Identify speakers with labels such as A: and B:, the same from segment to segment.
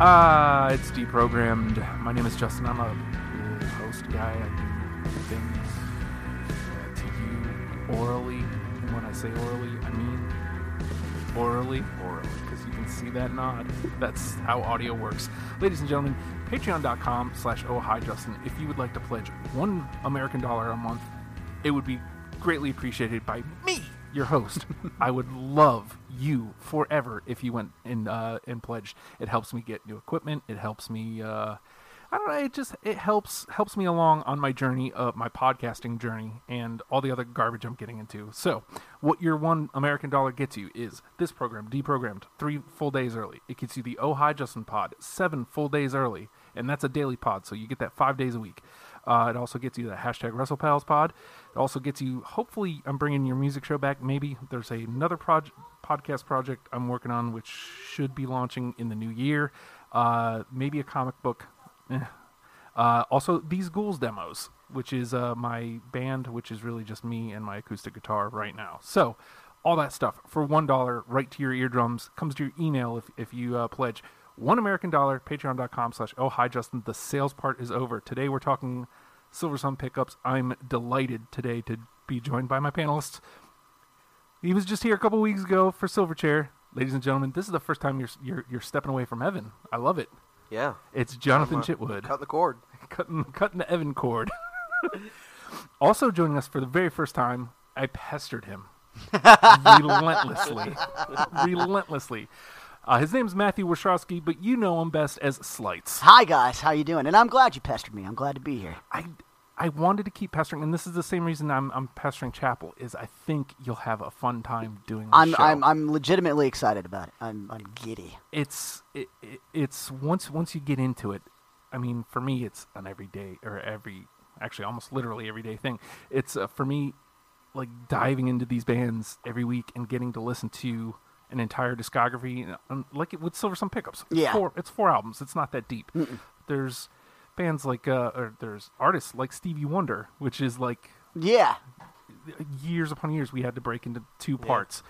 A: Ah, it's deprogrammed. My name is Justin. I'm a uh, host guy. I do things uh, to you orally. And when I say orally, I mean orally, orally, because you can see that nod. That's how audio works. Ladies and gentlemen, patreon.com slash oh hi Justin. If you would like to pledge one American dollar a month, it would be greatly appreciated by me, your host. I would love you forever if you went and uh, and pledged. It helps me get new equipment. It helps me. Uh, I don't know. It just it helps helps me along on my journey of my podcasting journey and all the other garbage I'm getting into. So, what your one American dollar gets you is this program deprogrammed three full days early. It gets you the Oh Hi Justin pod seven full days early, and that's a daily pod, so you get that five days a week. Uh, it also gets you the hashtag WrestlePals pod. It also gets you. Hopefully, I'm bringing your music show back. Maybe there's another project podcast project I'm working on, which should be launching in the new year. Uh, maybe a comic book. Eh. Uh, also, these ghouls demos, which is uh, my band, which is really just me and my acoustic guitar right now. So, all that stuff for one dollar, right to your eardrums, comes to your email if if you uh, pledge one American dollar. Patreon.com slash Oh Hi Justin. The sales part is over. Today we're talking Silver Sun pickups. I'm delighted today to be joined by my panelists. He was just here a couple weeks ago for Silverchair. Ladies and gentlemen, this is the first time you're you're, you're stepping away from Evan. I love it.
B: Yeah.
A: It's Jonathan
B: I'm, uh,
A: Chitwood
B: Cut the cord.
A: cutting cutting the Evan cord. also joining us for the very first time, I pestered him relentlessly, relentlessly. Uh, his name's Matthew Wachowski, but you know him best as Slights.
C: Hi guys, how you doing? And I'm glad you pestered me. I'm glad to be here.
A: I I wanted to keep pestering, and this is the same reason I'm I'm pestering Chapel. Is I think you'll have a fun time doing. This
C: I'm
A: show.
C: I'm, I'm legitimately excited about it. I'm I'm giddy.
A: it's it, it, it's once once you get into it i mean for me it's an everyday or every actually almost literally everyday thing it's uh, for me like diving into these bands every week and getting to listen to an entire discography and, um, like it with silver sun pickups it's
C: Yeah.
A: four it's four albums it's not that deep there's bands like uh or there's artists like stevie wonder which is like
C: Yeah.
A: years upon years we had to break into two parts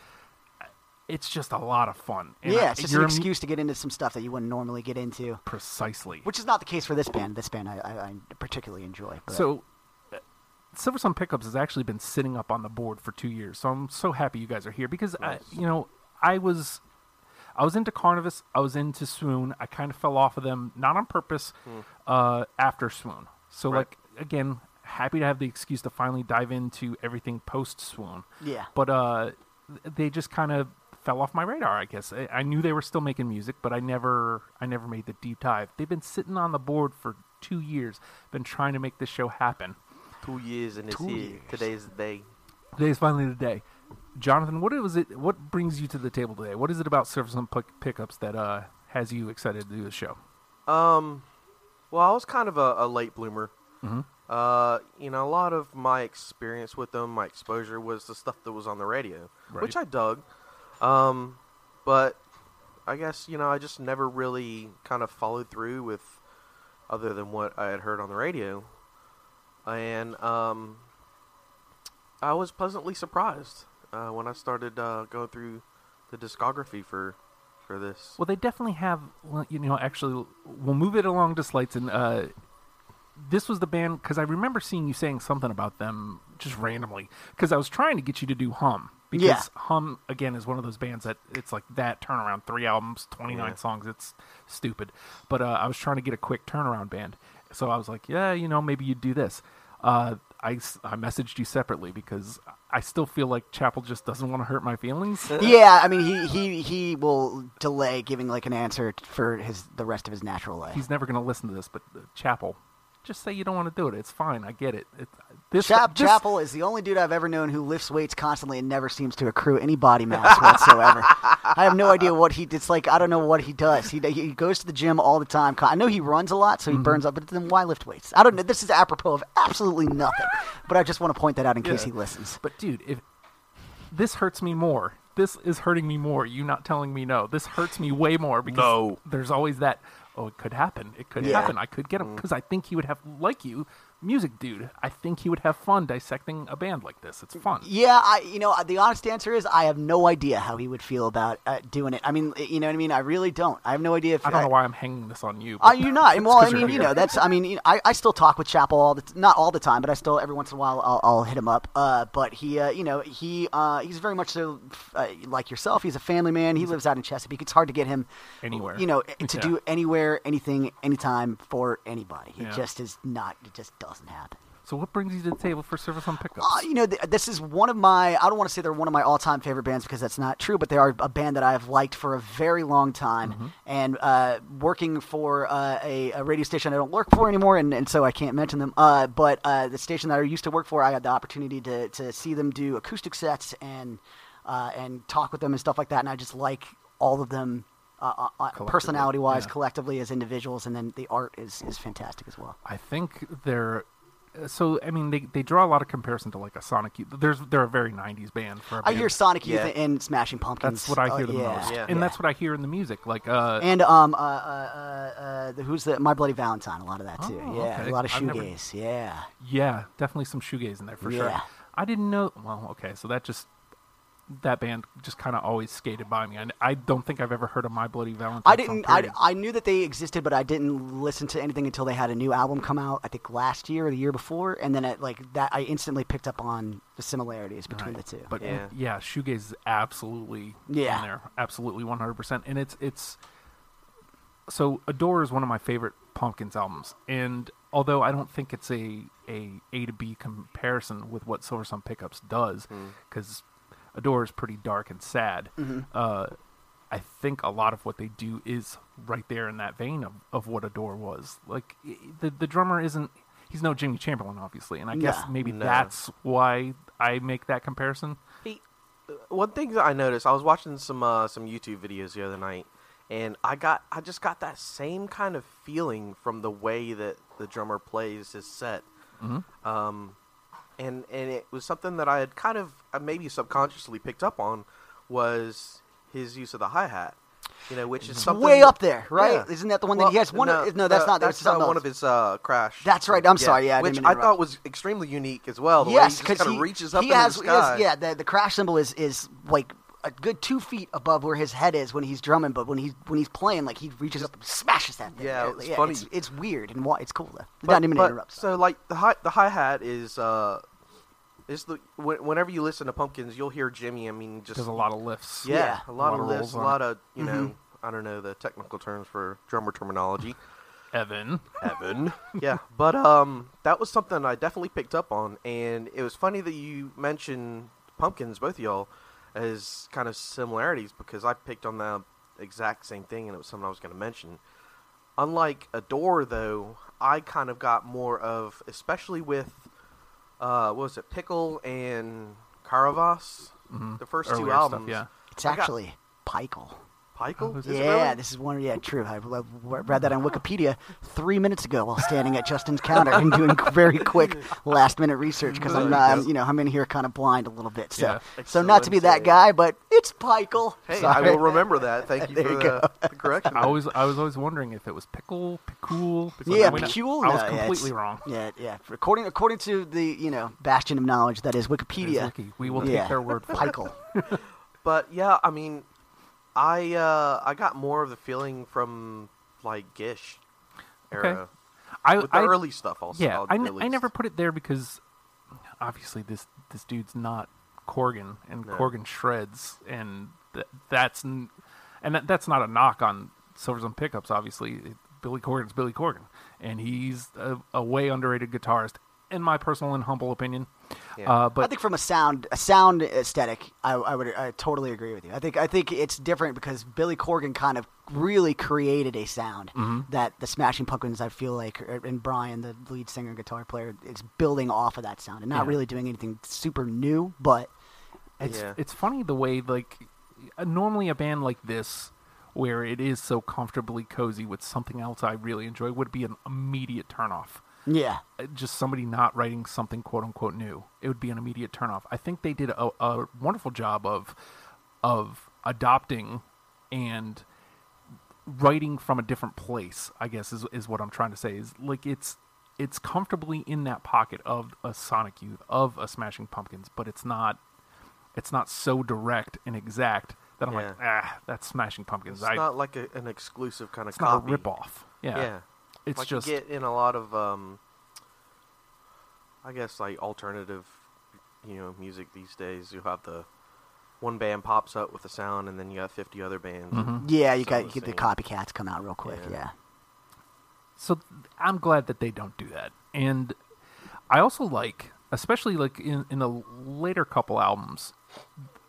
A: it's just a lot of fun And I-
C: yeah, it's just an
A: you're-
C: excuse to get into some stuff that you wouldn't normally get into,
A: precisely
C: which is not the case for this band. This band I, I, I particularly enjoy. But
A: So, uh, Silver Sun Pickups has actually been sitting up on the board for two years. So I'm so happy you guys are here because I, you know, I was, I was into Carnivus, I was into Swoon. I kind of fell off of them, not on purpose, uh, after Swoon. So like again, happy to have the excuse to finally dive into everything post Swoon.
C: Yeah.
A: But uh, th- they just kind of fell off my radar. I guess I, I knew they were still making music, but I never, I never made the deep dive. They've been sitting on the board for two years, been trying to make this show happen.
B: Two years in this
C: Two
B: year.
C: years.
B: Today's the day.
A: Today's finally the day. Jonathan, what was it? What brings you to the table today? What is it about Surface and Pick- Pickups that uh, has you excited to do the show?
B: Um, well, I was kind of a, a late bloomer.
A: Mhm.
B: Uh, you know, a lot of my experience with them, my exposure was the stuff that was on the radio, which I
A: Right.
B: dug. Um, but I guess you know I just never really kind of followed through with other than what I had heard on the radio, and um, I was pleasantly surprised uh, when I started uh, going through the discography for for this.
A: Well, they definitely have. well, You know, actually, we'll move it along to Slights. And uh, this was the band because I remember seeing you saying something about them just randomly because I was trying to get you to do Hum because
C: Yeah.
A: Hum again is one of those bands that it's like that turnaround, three albums, twenty nine
B: Yeah.
A: songs. It's stupid, but uh, I was trying to get a quick turnaround band, so I was like, yeah, you know, maybe you'd do this. Uh, I, s- I messaged you separately because I still feel like Chapel just doesn't want to hurt my feelings.
C: yeah, I mean he, he he will delay giving like an answer t- for his the rest of his natural life.
A: he's never going to listen to this, but uh, Chapel, just say you don't want to do it. It's fine. I get it. it this,
C: Chap
A: this-
C: Chapel is the only dude I've ever known who lifts weights constantly and never seems to accrue any body mass whatsoever. I have no idea what he. It's like I don't know what he does. He he goes to the gym all the time. Con- I know he runs a lot, so
A: Mm-hmm.
C: he burns up. But then why lift weights? I don't know. This is apropos of absolutely nothing. But I just want to point that out in case
B: Yeah.
C: he listens.
A: But dude, if this hurts me more, this is hurting me more. You not telling me no, this hurts me way more because
B: No.
A: there's always that. Oh, it could happen. It could
C: Yeah. Mm-hmm.
A: happen. I could get him because I think he would have like you music dude. I think he would have fun dissecting a band like this. It's fun.
C: Yeah, I you know the honest answer is I have no idea how he would feel about uh, doing it. I mean, you know what I mean. I really don't. I have no idea if
A: I don't know why I'm hanging this on you.
C: Uh,
A: but
C: you're not.
A: it's
C: Well, I
A: 'cause you're
C: mean, you
A: here.
C: know, that's. I mean, you know, I, I still talk with Chapel all the t- not all the time, but I still every once in a while I'll, I'll hit him up. Uh, but he, uh, you know, he uh, he's very much so uh, like yourself. He's a family man. He lives out in Chesapeake. It's hard to get him
A: Anywhere.
C: You know, to
A: Yeah.
C: do anywhere, anything, anytime for anybody. He
A: Yeah.
C: just is not. It just doesn't happen.
A: So what brings you to the table for service on pickups?
C: Uh, you know, th- this is one of my, I don't want to say they're one of my all time favorite bands because that's not true, but they are a band that I have liked for a very long time.
A: Mm-hmm.
C: And uh, working for uh, a, a radio station I don't work for anymore, and, and so I can't mention them, uh, but uh, the station that I used to work for, I had the opportunity to, to see them do acoustic sets and, uh, and talk with them and stuff like that. And I just like all of them. Uh, uh,
A: Collectively,
C: personality wise,
A: yeah.
C: collectively as individuals, and then the art is, is fantastic as well.
A: I think they're so. I mean, they, they draw a lot of comparison to like a Sonic. Youth. There's they're a very '90s band for. A
C: I
A: band.
C: hear Sonic Youth
B: Yeah.
C: and Smashing Pumpkins.
A: That's what I
C: Uh,
A: hear the
C: yeah.
A: most,
B: Yeah.
A: and that's what I hear in the music. Like, uh,
C: and um uh, uh, uh, uh the, who's the My Bloody Valentine? A lot of that too.
A: Oh,
C: yeah,
A: okay.
C: a lot of
A: I've never-
C: shoegaze. Yeah,
A: yeah, definitely some shoegaze in there for sure.
C: Yeah.
A: I didn't know. Well, okay, so that just that band just kind of always skated by me. I, I don't think I've ever heard of My Bloody Valentine.
C: I
A: song,
C: didn't. I,
A: period.
C: I knew that they existed, but I didn't listen to anything until they had a new album come out. I think last year or the year before, and then it, like that, I instantly picked up on the similarities between
A: Right.
C: the two.
A: But yeah,
B: Yeah.
A: yeah shoegaze is absolutely
C: Yeah.
A: in there, absolutely one hundred percent. And it's it's so Adore is one of my favorite Pumpkins albums, and although I don't think it's a a A to B comparison with what Silver Sun Pickups does, because Adore is pretty dark and sad. Uh, I think a lot of what they do is right there in that vein of, of what Adore was. Like i- the the drummer isn't he's no Jimmy Chamberlain obviously, and I guess
C: No.
A: maybe
B: No.
A: that's why I make that comparison.
B: He- uh, one thing that I noticed, I was watching some uh, some YouTube videos the other night, and I got I just got that same kind of feeling from the way that the drummer plays his set.
C: Mm-hmm.
B: Um, and and it was something that I had kind of uh, maybe subconsciously picked up on was his use of the hi hat. You know, which is
C: It's
B: something
C: Mm-hmm. way up there, right?
B: Yeah.
C: Isn't that the one that he has? One
B: no,
C: of, no, that's
B: uh,
C: not. That's,
B: That's
C: something
B: uh, one
C: else.
B: of his uh, crash.
C: That's right. I'm sorry. Yeah, I didn't
B: which
C: mean to
B: I
C: interrupt.
B: thought was extremely unique as well. The way
C: yes,
B: he
C: because
B: kind
C: he
B: of reaches up
C: he
B: into
C: has,
B: the
C: he has-
B: sky.
C: yeah, the, the crash symbol is is like a good two feet above where his head is when he's drumming, but when he's when he's playing, like he reaches up and smashes that thing. Uh,
B: Yeah, it's funny.
C: It's, it's weird and why it's cool though. Not even interrupt.
B: So like the hi the hi hat is uh is the wh- whenever you listen to Pumpkins, you'll hear Jimmy. I mean, just
A: There's a lot of lifts.
B: Yeah,
C: yeah, Mm-hmm.
B: a lot, of
A: rolls
B: lifts, a
A: on
B: lot of you know. I don't know the technical terms for drummer terminology.
A: Evan.
B: Evan. yeah, but um, that was something I definitely picked up on, and it was funny that you mentioned Pumpkins, both of y'all, as kind of similarities because I picked on the exact same thing, and it was something I was going to mention. Unlike Adore, though, I kind of got more of, especially with, uh, what was it, Pickle and Caravas, the first two
A: Earlier stuff,
B: albums.
A: yeah.
C: It's
B: I got-
C: actually Pikel.
B: Pickle?
A: Is
B: it
C: yeah,
B: really?
C: this is one. Yeah, true. I re- read that on Wikipedia three minutes ago while standing at Justin's counter and doing very quick last minute research because I'm,
B: There
C: not-
B: you
C: I'm,
B: go.
C: you know, I'm in here kind of blind a little bit. So,
A: Yeah.
C: so not to be that
B: Excelente.
C: guy, but it's Pikel.
B: Hey,
C: Sorry.
B: I will remember that. Thank you
C: There
B: for
C: you
B: the, the correction.
A: I was I was always wondering if it was pickle, pickle, pickle.
C: Yeah,
A: I went-
C: Pecule.
A: I was
C: no, yeah, it's-
A: completely wrong.
C: Yeah, yeah. According according to the you know bastion of knowledge that is
A: It is
C: Wikipedia.
A: Wiki. We will
C: yeah.
A: take their word for it.
C: Pikel.
B: But yeah, I mean, I uh, I got more of the feeling from like Gish
A: Okay.
B: era
A: I,
B: with the
A: I-
B: early stuff. Also,
A: yeah,
B: I'll-
A: I, n-
B: at
A: I
B: least.
A: never put it there because obviously this this dude's not Corgan and
B: No.
A: Corgan shreds and th- that's n- and that, that's not a knock on Silver Sun Pickups. Obviously, It- Billy Corgan's Billy Corgan, and he's a, a way underrated guitarist in my personal and humble opinion.
B: Yeah.
A: Uh,
C: I
A: but
C: think from a sound a sound aesthetic, I, I would I totally agree with you. I think I think it's different because Billy Corgan kind of really created a sound
A: Mm-hmm.
C: that the Smashing Pumpkins I feel like er, and Brian, the lead singer and guitar player, is building off of that sound and not
A: Yeah.
C: really doing anything super new, but
A: It's
B: Yeah.
A: it's funny the way like uh, normally a band like this where it is so comfortably cozy with something else I really enjoy would be an immediate turnoff.
C: yeah.
A: Uh, Just somebody not writing something quote unquote new. It would be an immediate turnoff. I think they did a, a wonderful job of of adopting and writing from a different place, I guess is is what I'm trying to say. Is like it's it's comfortably in that pocket of a Sonic Youth of a Smashing Pumpkins, but it's not it's not so direct and exact that I'm like, ah, that's Smashing Pumpkins.
B: It's
A: I,
B: not like a, an exclusive kind of
A: it's not
B: copy.
A: a ripoff. Yeah,
B: Yeah,
A: it's
B: like
A: just
B: you get in a lot of, um, I guess like alternative, you know, music these days. You have the one band pops up with the sound, and then you have fifty other bands.
A: Mhm.
C: Yeah, you
B: Some
C: got
B: of
C: you
B: the
C: get the
B: same.
C: copycats come out real quick.
B: Yeah.
C: Yeah.
A: so th- I'm glad that they don't do that. And I also like, especially like in, in the later couple albums,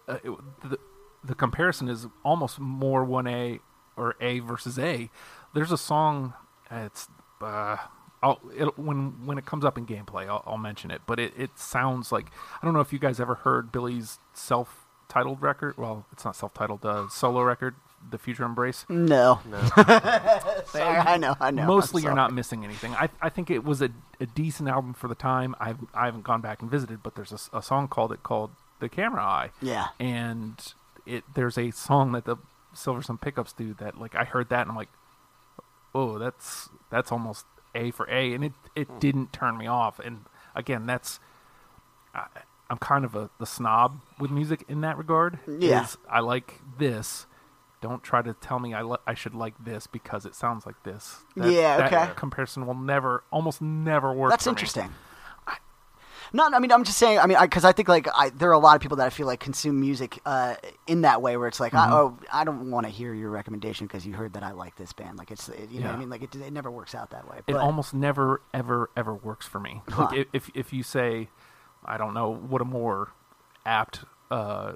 A: uh, it- the, the comparison is almost more 1A or A versus A. There's a song, uh, it's, uh, I'll, it, when when it comes up in gameplay, I'll, I'll mention it. But it, it sounds like I don't know if you guys ever heard Billy's self-titled record. Well, it's not self-titled, uh, solo record, "The Future Embrace."
C: No.
B: No,
C: Sorry, I know. I know. I'm
A: mostly you're
C: sorry.
A: not missing anything. I, I think it was a, a decent album for the time. I've, I haven't gone back and visited, but there's a s- a, song called it called The Camera Eye.
C: Yeah.
A: And it there's a song that the Silver Sun Pickups do that like I heard that and I'm like, oh, that's that's almost A for A, and it it
C: Hmm.
A: didn't turn me off. And again, that's I, I'm kind of a the snob with music in that regard.
C: Yeah.
A: is I like this. Don't try to tell me I li- I should like this because it sounds like this.
C: Yeah,
A: that
C: okay.
A: Comparison will never, almost never work.
C: That's
A: for me.
C: interesting. No, I mean, I'm just saying. I mean, because I, think like I, there are a lot of people that I feel like consume music uh, in that way, where it's like,
A: Mm-hmm.
C: I, oh, I don't want to hear your recommendation because you heard that I like this band. Like it's, it, you know, what
A: Yeah.
C: I mean, like it, it never works out that way.
A: it
C: but-
A: almost never ever ever works for me
C: Huh.
A: like if if you say i don't know what a more apt uh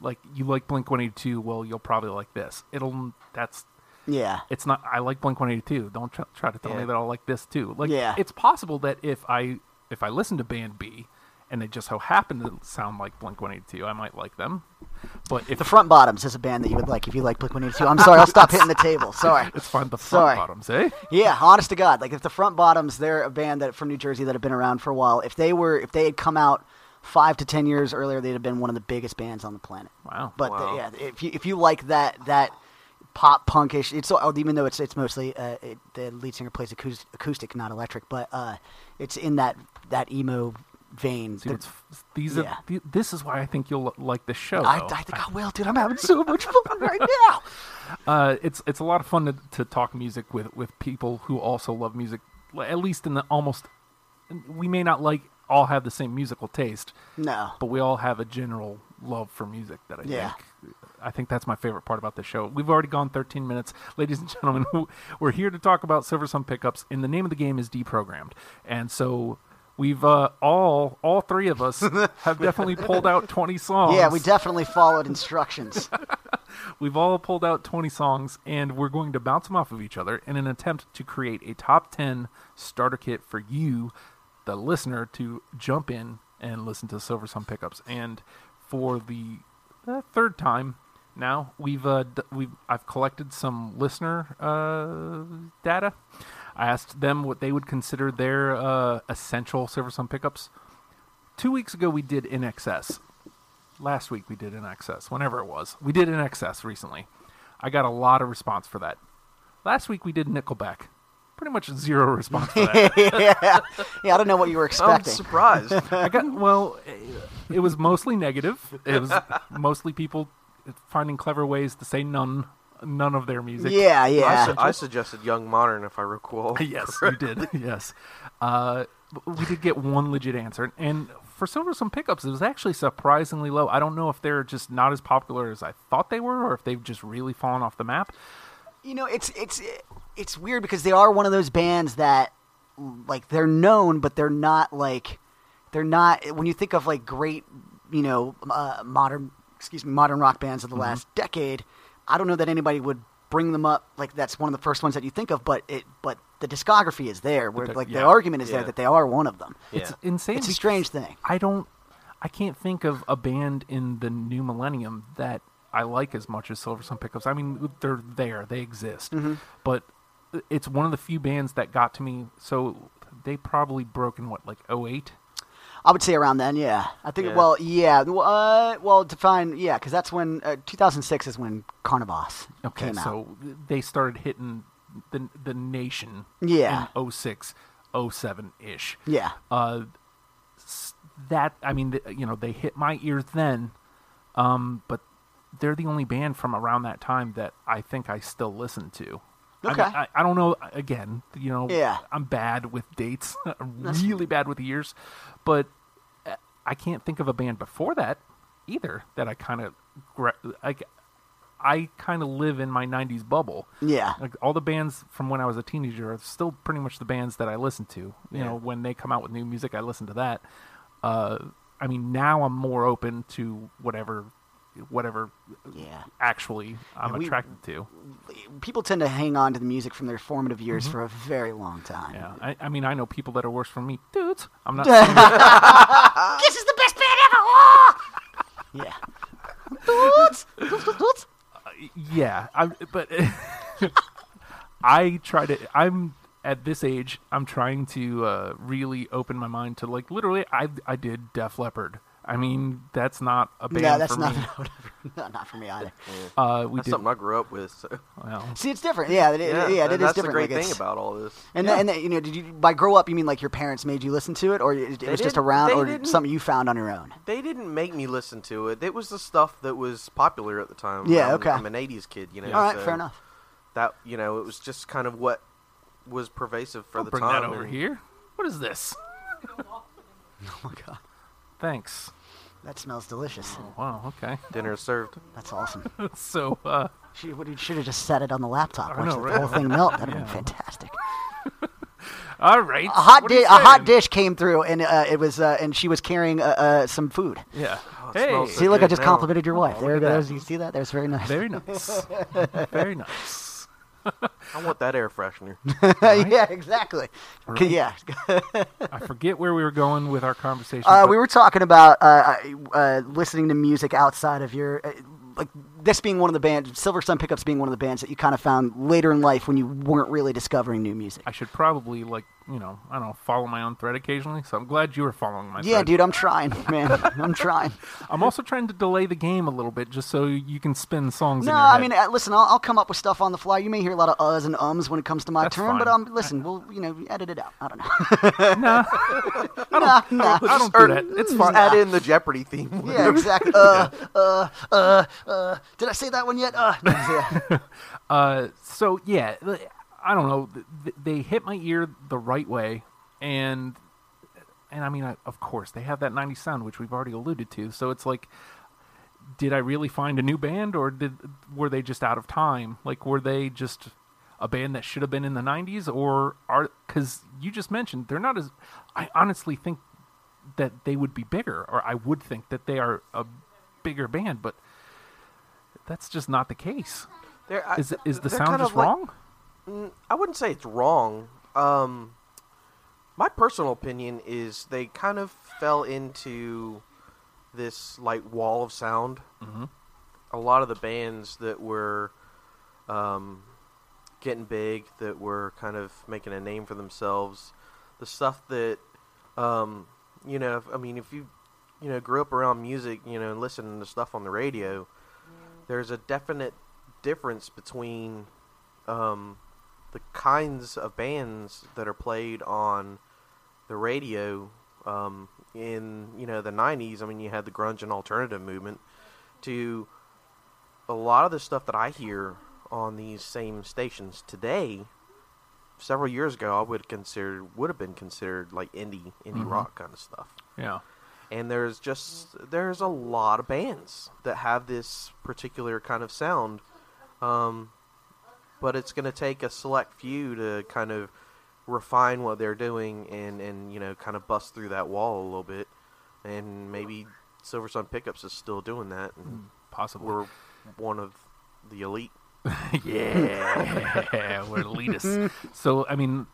A: like you like blink 182 well you'll probably like this it'll that's
C: yeah,
A: it's not i like blink 182 don't try, try to tell me
B: Yeah.
A: that i'll like this too like
C: Yeah.
A: it's possible that if i if i listen to band b and they just so happen to sound like blink 182 i might like them but if
C: the front bottoms is a band that you would like if you like Blink One Eighty Two. I'm sorry, I'll stop hitting the table. Sorry.
A: it's fine the front
C: Sorry.
A: bottoms eh
C: Yeah, honest to God, like if the Front Bottoms, they're a band that from New Jersey that have been around for a while. If they were, if they had come out five to ten years earlier, they'd have been one of the biggest bands on the planet.
A: wow
C: But
B: Wow.
C: the- yeah, if you if you like that that pop punkish, it's oh, even though it's it's mostly uh, it, the lead singer plays acoustic, acoustic, not electric, but uh, it's in that that emo vein.
A: Dude,
C: The-
A: it's- these
C: yeah.
A: are, th- this is why I think you'll l- like the show.
C: I,
B: oh.
A: though.
C: I think I will, dude. I'm having so much fun right now.
A: uh, it's it's a lot of fun to, to talk music with with people who also love music. l- At least in the almost, we may not like all have the same musical taste,
C: No,
A: but we all have a general love for music that I
C: Yeah.
A: think. I think that's my favorite part about the show. We've already gone 13 minutes, ladies and gentlemen. We're here to talk about Silver Sun pickups, and the name of the game is deprogrammed. And so we've uh, all all three of us have definitely pulled out 20 songs.
C: yeah, we definitely followed instructions.
A: We've all pulled out 20 songs and we're going to bounce them off of each other in an attempt to create a top 10 starter kit for you, the listener, to jump in and listen to Silver Sun pickups. And for the uh, third time now, we've uh, d- we've I've collected some listener uh, data. I asked them what they would consider their uh, essential Silver Sun pickups. Two weeks ago, we did in excess last week we did in excess whenever it was we did in excess recently i got a lot of response for that last week we did nickelback pretty much zero response for that
C: yeah, yeah. I don't know what you were
B: I'm
C: expecting.
B: surprised.
A: i got well it was mostly negative it was mostly people finding clever ways to say none none of their music
C: yeah,
B: I,
C: yeah.
B: su- I suggested Young Modern, if I recall.
A: yes, you did. Yes, uh, but we did get one legit answer, and for Silver Sun pickups, it was actually surprisingly low. I don't know if they're just not as popular as I thought they were, or if they've just really fallen off the map.
C: You know, it's it's it's weird because they are one of those bands that like they're known, but they're not like they're not. When you think of like great, you know, uh, modern excuse me, modern rock bands of the last decade, I don't know that anybody would bring them up. Like that's one of the first ones that you think of, but it but the discography is there. Where
A: doc-
C: like the
A: yeah,
C: argument is there
B: yeah.
C: that they are one of them.
B: Yeah.
A: It's insane.
C: It's a
A: because
C: strange thing.
A: I don't. I can't think of a band in the new millennium that I like as much as Silver Sun Pickups. I mean, they're there, they exist,
C: Mm-hmm.
A: but it's one of the few bands that got to me. So they probably broke in what, like 08?
C: I would say around then, yeah. I think,
B: Yeah.
C: well, yeah. Well, Uh, well, define, yeah, because that's when, uh, 2006 is when Carnivas
A: Okay,
C: came out.
A: so they started hitting the the nation oh
C: Yeah.
A: in 06. 07 ish.
C: Yeah.
A: Uh, s- that I mean, th- you know, they hit my ears then, um, but they're the only band from around that time that I think I still listen to. I mean,
C: Okay.
A: I, I don't know. Again, you know,
C: Yeah.
A: I'm bad with dates, I'm really bad with years, but uh, I can't think of a band before that either that I kind of like. I kind of live in my '90s bubble.
C: Yeah.
A: Like all the bands from when I was a teenager are still pretty much the bands that I listen to. You
B: Yeah.
A: know, when they come out with new music, I listen to that. Uh, I mean, now I'm more open to whatever, whatever
C: Yeah.
A: actually I'm
C: And we-
A: attracted to.
C: People tend to hang on to the music from their formative years for a very long time.
A: Yeah, I, I mean, I know people that are worse than me, dudes. I'm not. saying that-
C: Ah. This is the best band ever! yeah. Toots! Toots, toots, toots.
A: yeah, I, but I try to. I'm at this age. I'm trying to uh, really open my mind to like literally. I I did Def Leppard. I mean, that's not a band.
C: No, that's
A: for
C: not,
A: me.
C: no, not for me either.
A: Uh, we
B: That's
A: did.
B: something I grew up with. So.
A: Well,
C: See, it's different. Yeah, it, yeah, yeah,
B: and
C: it is
B: that's
C: different.
B: the great
C: like,
B: thing
C: it's-
B: about all this.
C: And,
A: Yeah.
C: that, and that, you know, did you by grow up? You mean like your parents made you listen to it, or it, it was just
B: didn't-
C: around,
B: they
C: or
B: didn't-
C: something you found on your own?
B: They didn't make me listen to it. It was the stuff that was popular at the time.
C: Yeah,
B: I'm,
C: okay.
B: I'm an '80s kid, you know.
C: All right,
B: so
C: fair enough.
B: That you know, it was just kind of what was pervasive for
A: I'll
B: the
A: bring
B: time.
A: that over
B: and-
A: here. What is this?
C: Oh my god,
A: Thanks.
C: that smells delicious.
A: Wow. Okay.
B: Dinner is served.
C: That's awesome.
A: so, uh,
C: She would should have just set it on the laptop.
A: I
C: Watch
A: know,
C: the
A: right?
C: whole thing melt. That'd have
A: Yeah.
C: been fantastic.
A: all right.
C: A hot
A: What are you
C: dish, a hot
A: saying?
C: dish came through, and uh, it was, uh, and she was carrying uh, uh, some food.
A: Yeah.
C: Oh,
B: it
A: hey.
B: smells
C: See, look, I
B: good
C: just
B: now.
C: complimented your wife. there it
A: Oh, look at
C: goes.
A: that.
C: You see that? That was very nice.
A: Very nice. Very nice.
B: I want that air freshener.
C: yeah, exactly.
A: Right.
C: Yeah.
A: I forget where we were going with our conversation.
C: Uh,
A: but-
C: we were talking about uh, uh, uh, listening to music outside of your, uh, like this being one of the bands, Silver Sun Pickups being one of the bands that you kind of found later in life when you weren't really discovering new music.
A: I should probably like you know I don't know follow my own thread occasionally. So I'm glad you were following my.
C: Yeah,
A: thread.
C: dude, I'm trying, man. I'm trying.
A: I'm also trying to delay the game a little bit just so you can spin songs.
C: No,
A: in your
C: I
A: head.
C: mean, uh, listen, I'll, I'll come up with stuff on the fly. You may hear a lot of uhs and ums when it comes to my
A: That's
C: turn, but
A: fine.
C: um, listen, we'll you know edit it out. I don't know.
A: Nah.
C: nah, nah.
A: I don't do that. It's
B: Just
A: fine.
B: add in the Jeopardy theme.
C: Yeah, exactly. Uh, uh, uh, uh. Did I say that one yet? Uh, yeah.
A: Uh, so yeah, th- I don't know. Th- th- They hit my ear the right way, and and I mean, I, of course, they have that '90s sound, which we've already alluded to. So it's like, did I really find a new band, or did were they just out of time? Like, were they just a band that should have been in the '90s, or are because you just mentioned they're not as. I honestly think that they would be bigger, or I would think that they are a bigger band, but that's just not the case.
B: They're- I-
A: Is is the
B: they're
A: sound
B: kind
A: just
B: of like-
A: wrong?
B: I wouldn't say it's wrong. Um, my personal opinion is they kind of fell into this like wall of sound.
A: Mhm.
B: A lot of the bands that were um, getting big, that were kind of making a name for themselves, the stuff that um, you know. If, I mean, if you you know grew up around music, you know, and listening to stuff on the radio, there's a definite difference between um, the kinds of bands that are played on the radio um, in you know the 90s i mean you had the grunge and alternative movement to a lot of the stuff that i hear on these same stations today several years ago i would consider would have been considered like indie indie
A: Mhm.
B: rock kind of stuff
A: Yeah.
B: and there's just there's a lot of bands that have this particular kind of sound um, but it's going to take a select few to kind of refine what they're doing and and you know kind of bust through that wall a little bit and maybe silver sun pickups is still doing that and
A: Possibly.
B: we're one of the elite
A: yeah, we're elitists. so, I mean,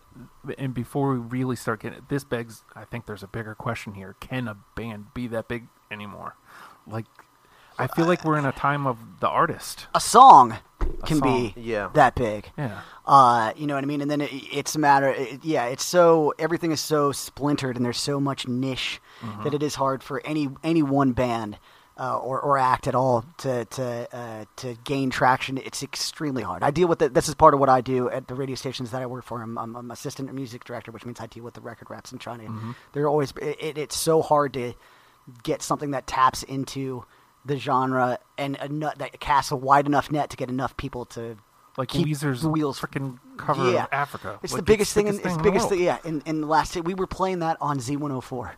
A: and before we really start getting this begs, I think there's a bigger question here. Can a band be that big anymore? Like, I feel like we're in a time of the artist.
C: A song can
A: song,
C: be
B: yeah.
C: that big.
A: Yeah.
C: Uh, you know what I mean? And then it, it's a matter, it, yeah, it's so, everything is so splintered and there's so much niche that it is hard for any, any one band uh, or, or act at all to to uh, to gain traction. It's extremely hard. I deal with it. This is part of what I do at the radio stations that I work for. I'm, I'm, I'm assistant music director, which means I deal with the record reps and trying to. They're always. It, it, it's so hard to get something that taps into the genre and a nut that casts a wide enough net to get enough people to
A: Like
C: keep
A: Weezer's
C: the wheels
A: freaking cover of Africa.
C: It's
A: Like,
C: the biggest thing.
A: biggest
C: in, it's the
A: in world.
C: biggest thing. Yeah, in, in the last we were playing that on Z104.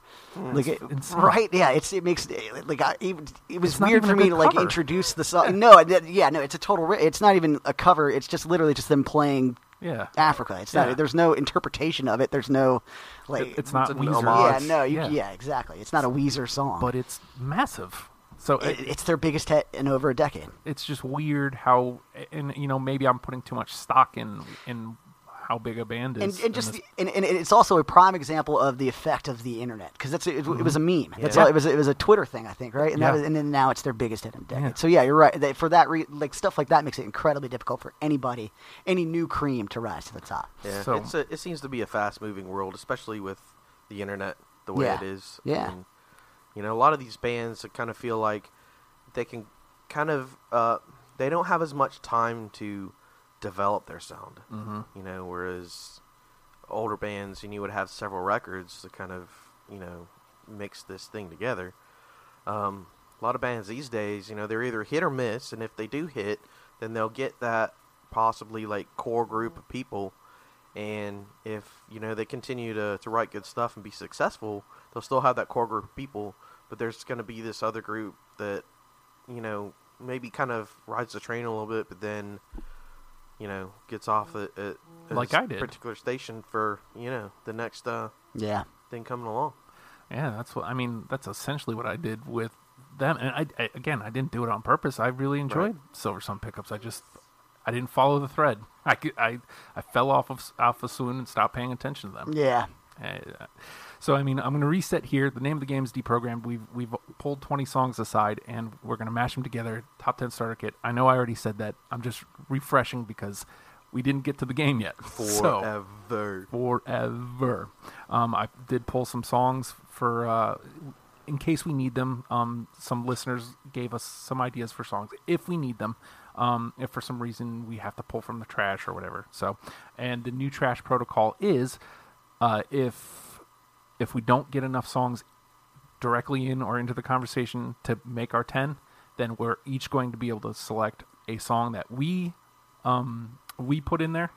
C: Like it,
A: insane.
C: right? Yeah, it's it makes like I even it was
A: It's not
C: weird
A: even
C: for
A: a good
C: me to like
A: cover.
C: introduce the song. no, I did- yeah, no, it's a total. ri- It's not even a cover. It's just literally just them playing
A: Yeah.
C: Africa. It's
A: Yeah.
C: not. There's no interpretation of it. There's no like.
A: It- it's not
B: an
A: Weezer.
C: Yeah,
B: homage.
C: no, you, yeah. exactly. It's not a Weezer song,
A: But it's massive. So
C: it,
A: it,
C: it's their biggest hit in over a decade.
A: it's just weird how, and you know, maybe I'm putting too much stock in in how big a band is.
C: and,
A: in
C: and just
A: this-
C: the- and, and it's also a prime example of the effect of the internet because that's it, it was a meme. That's
A: Mm-hmm. Yeah.
C: all, it was. It was a Twitter thing, I think, right? And
A: Yeah.
C: that was, and then now it's their biggest hit in a decade.
A: Yeah.
C: So yeah, you're right. That, for that, re- like stuff like that makes it incredibly difficult for anybody, any new cream to rise to the top.
B: Yeah,
A: So-
B: it's a, it seems to be a fast moving world, especially with the internet the way
C: Yeah.
B: it is.
C: Yeah.
B: And, you know, a lot of these bands that kind of feel like they can kind of uh, they don't have as much time to develop their sound.
C: Mm-hmm.
A: Mhm.
B: You know, whereas older bands and you would have several records to kind of you know mix this thing together. Um, a lot of bands these days, you know, they're either hit or miss, and if they do hit, then they'll get that possibly like core group of people. And if you know they continue to, to write good stuff and be successful, they'll still have that core group of people. But there's going to be this other group that you know maybe kind of rides the train a little bit, but then you know gets off at, at, at
A: Like
B: a
A: I did.
B: particular station for you know the next uh,
C: Yeah,
B: thing coming along.
A: Yeah, that's what I mean. That's essentially what I did with them. And I, I again, I didn't do it on purpose. I really enjoyed Silver Sun pickups. I just I didn't follow the thread. I could- I, I fell off of off of Swoon and stopped paying attention to them.
C: yeah.
A: Uh, so I mean, I'm going to reset here. The name of the game is deprogrammed. We've we've pulled 20 songs aside, and we're going to mash them together. Top 10 starter kit. I know I already said that. I'm just refreshing because we didn't get to the game yet. So-
B: Forever.
A: forever. Um, I did pull some songs for uh, in case we need them. Um, some listeners gave us some ideas for songs if we need them. Um, if for some reason we have to pull from the trash or whatever. So, and the new trash protocol is uh, if if we don't get enough songs directly in or into the conversation to make our 10 then we're each going to be able to select a song that we um, we put in there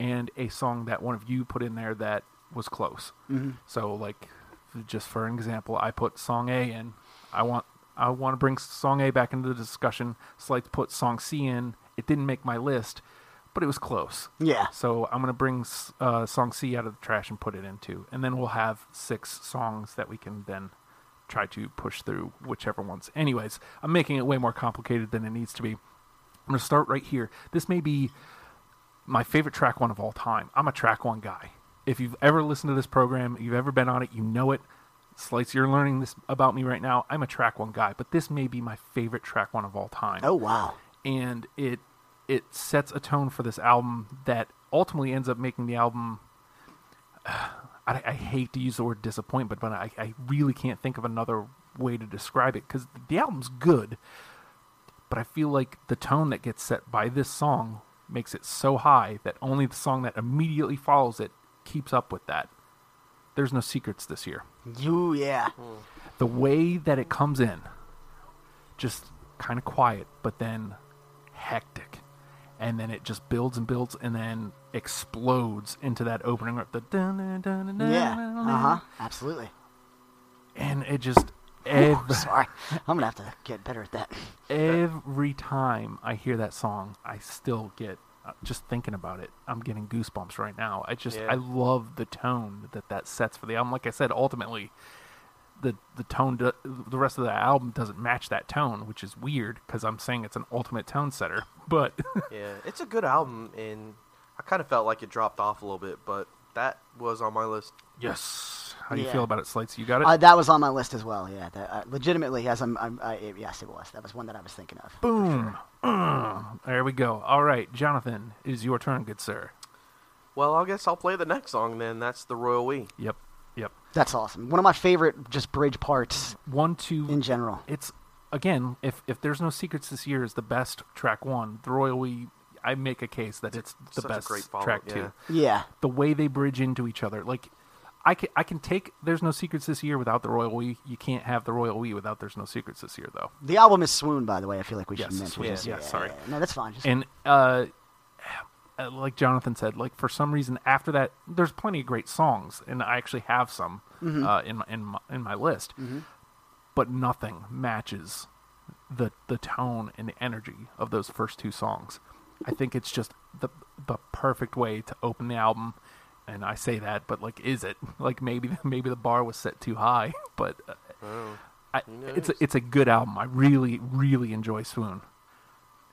A: and a song that one of you put in there that was close so like just for an example i put song a in i want i want to bring song a back into the discussion so i put song c in it didn't make my list but it was close
C: Yeah.
A: so I'm gonna bring s- uh, song C out of the trash and put it into, and then we'll have six songs that we can then try to push through whichever ones. Anyways, I'm making it way more complicated than it needs to be. I'm gonna start right here. This may be my favorite track one of all time. I'm a track one guy. If you've ever listened to this program, you've ever been on it, you know it. Slice, you're learning this about me right now. I'm a track one guy, but this may be my favorite track one of all time
C: Oh wow.
A: and it it sets a tone for this album that ultimately ends up making the album. I, I hate to use the word disappointment, but I, I really can't think of another way to describe it because the album's good, but I feel like the tone that gets set by this song makes it so high that only the song that immediately follows it keeps up with that. There's no secrets this year
C: You yeah.
A: the way that it comes in just kind of quiet but then hectic and then it just builds and builds and then explodes into that opening the dun- dun- dun- dun-
C: Yeah.
A: dun-
C: Uh huh. Absolutely.
A: and it just every,
C: Sorry, I'm gonna have to get better at that.
A: every time i hear that song i still get uh, just thinking about it i'm getting goosebumps right now i just
B: Yeah.
A: i love the tone that that sets for the album like i said ultimately the the tone do, the rest of the album doesn't match that tone, which is weird because I'm saying it's an ultimate tone setter. But
B: yeah, it's a good album, and I kind of felt like it dropped off a little bit, but that was on my list.
A: yes, how do you
C: Yeah.
A: feel about it, Slates? You got it.
C: Uh, that was on my list as well. Yeah, that, uh, legitimately, as I'm, I'm I, it- yes, it was. That was one that I was thinking of.
A: Boom. Mm. There we go. All right, Jonathan, it is your turn, good sir.
B: Well, I guess I'll play the next song then. That's the Royal We.
A: Yep, yep.
C: That's awesome. One of my favorite just bridge parts
A: One, two.
C: in general.
A: It's again, if if there's no secrets this year is the best track one. The Royal We, I make a case that it's the
B: such a
A: best
B: great follow-up,
A: track
B: yeah.
A: two.
C: Yeah.
A: The way they bridge into each other, like. I can, I can take There's No Secrets This Year without the Royal We. You can't have the Royal We without There's No Secrets This Year, though.
C: The album is Swoon, by the way. I feel like we
A: Yes,
C: should mention.
A: Swoon,
C: this.
A: yeah, sorry.
C: No, that's fine. Just-
A: and uh, uh, like Jonathan said, like for some reason after that, there's plenty of great songs, and I actually have some uh, in my in my, in my list, but nothing matches the the tone and the energy of those first two songs. I think it's just the the perfect way to open the album. And I say that, but like, is it like maybe maybe the bar was set too high? But uh, I, it's a, it's a good album. I really really enjoy Swoon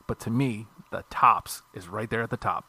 A: but to me, the tops is right there at the top.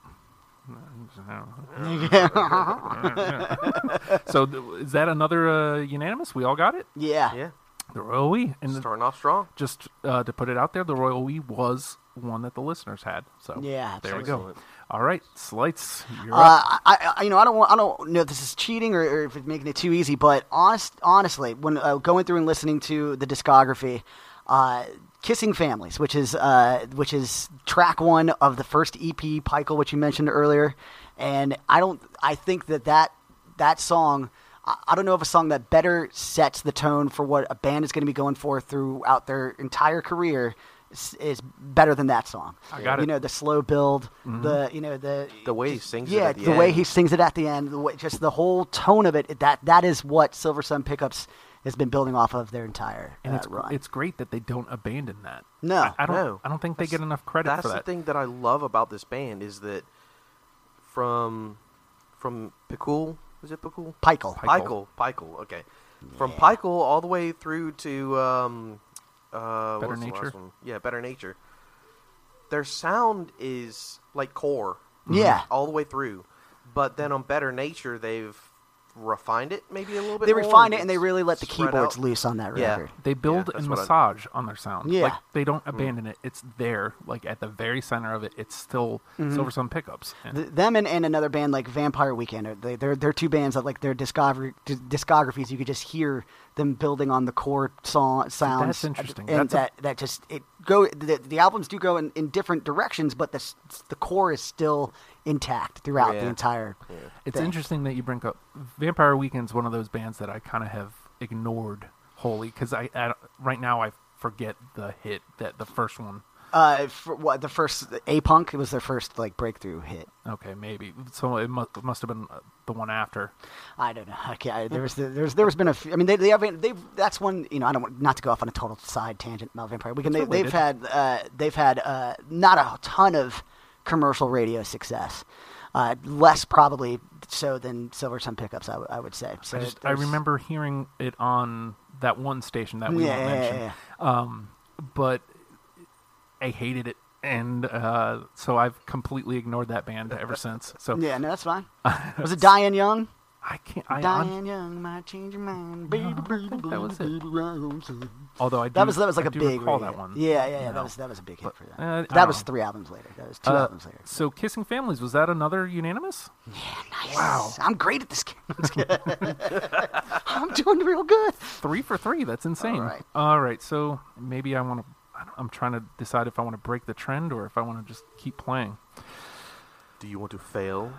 A: so th- is that another uh, unanimous? We all got it.
C: yeah.
B: Yeah,
A: The Royal We, and
B: starting off strong.
A: just uh, to put it out there, the Royal We was one that the listeners had. So
C: Yeah,
A: there we go.
B: excellent.
A: All right, Slights, you're
C: Uh,
A: up.
C: I, I, you know, I don't, want, I don't know if this is cheating or, or if it's making it too easy, but honest, honestly, when uh, going through and listening to the discography, uh, "Kissing Families," which is, uh, which is track one of the first EP, Pikel, which you mentioned earlier, and I don't, I think that that that song. I I don't know of a song that better sets the tone for what a band is going to be going for throughout their entire career is, is better than that song.
A: I got it.
C: you
A: Mm-hmm.
C: know the slow build, the you know the
B: The way he sings it
C: yeah,
B: at the
C: the, way
B: end.
C: he sings it at the end, the way, just the whole tone of it. That that is what Silver Sun Pickups has been building off of their entire
A: and
C: uh,
A: it's
C: run.
A: it's great that they don't abandon that.
C: No.
A: I, I don't.
B: No.
A: I don't think they get enough credit
B: That's
A: for
B: the
A: that.
B: thing that I love about this band is that from from Pickle, is it Pickle?
C: Pikel.
A: Pikel.
B: Pikel, Pikel. Okay, from Pikel all the way through to um, uh,
A: Better
B: what was the
A: Nature?
B: last one? Yeah, Better Nature. Their sound is like core.
C: Yeah.
B: all the way through, but then on Better Nature they've refined it maybe a little bit.
C: They
B: more
C: refine it and they
B: it's
C: really let the
B: spread
C: keyboards
B: out.
C: loose on that
B: Yeah.
C: record.
A: They build
B: that's
A: and
B: what I- Mm-hmm.
A: massage on their sound.
C: Yeah.
A: Like they don't abandon it. It's there, like at the very center of it. It's still
C: Mm-hmm.
A: Silver Sun pickups. And
C: Th- them and, and another band like Vampire Weekend, are- they, they're they're two bands that like their discovery, d- discographies. You could just hear them building on the core song sounds.
A: That's interesting.
C: and
A: That's a-
C: that that just it go the, the albums do go in, in different directions, but the s- the core is still intact throughout the
B: Yeah.
C: entire.
A: It's
C: thing.
A: interesting that you bring up Vampire Weekend's one of those bands that I kind of have ignored wholly because I, I don't- right now I forget the hit that the first one.
C: Uh, for, what the first A Punk was their first like breakthrough hit.
A: Okay, maybe so. It must must have been uh, the one after.
C: I don't know. Okay, I, there was there was there was been a. Few, I mean, they they haven't. They that's one. You know, I don't want not to go off on a total side tangent about Vampire Weekend. They,
A: That's
C: they've had uh, they've had uh, not a ton of commercial radio success. Uh, less probably so than Silver Sun pickups. I, w- I would say. So
A: I just I
C: there's-
A: remember hearing it on that one station that we
C: Yeah,
A: won't
C: yeah,
A: mention.
C: yeah,
A: Um, but I hated it, and uh, so I've completely ignored that band ever since. So
C: Yeah, no, that's fine. was it Diane Young?
A: I can't. I,
C: Diane
A: hon-
C: Young might change your mind. Baby, baby, baby,
A: that was it.
C: baby, roses.
A: although I do,
C: That was that was like
A: I
C: a
A: do
C: big
A: recall
C: radio-
A: that one.
C: Yeah, yeah, yeah.
A: No.
C: That was that was a big hit
A: But,
C: for
A: uh,
C: them.
A: I
C: that
A: don't
C: was
A: know.
C: three albums later. That was two
A: Uh,
C: albums later.
A: So, Kissing Families was that another unanimous?
C: Nice.
A: wow.
C: I'm great at this game. I'm doing real good.
A: Three for three. That's insane.
C: right.
A: All right, So maybe I want to. I'm trying to decide if I want to break the trend or if I want to just keep playing.
B: Do you want to fail?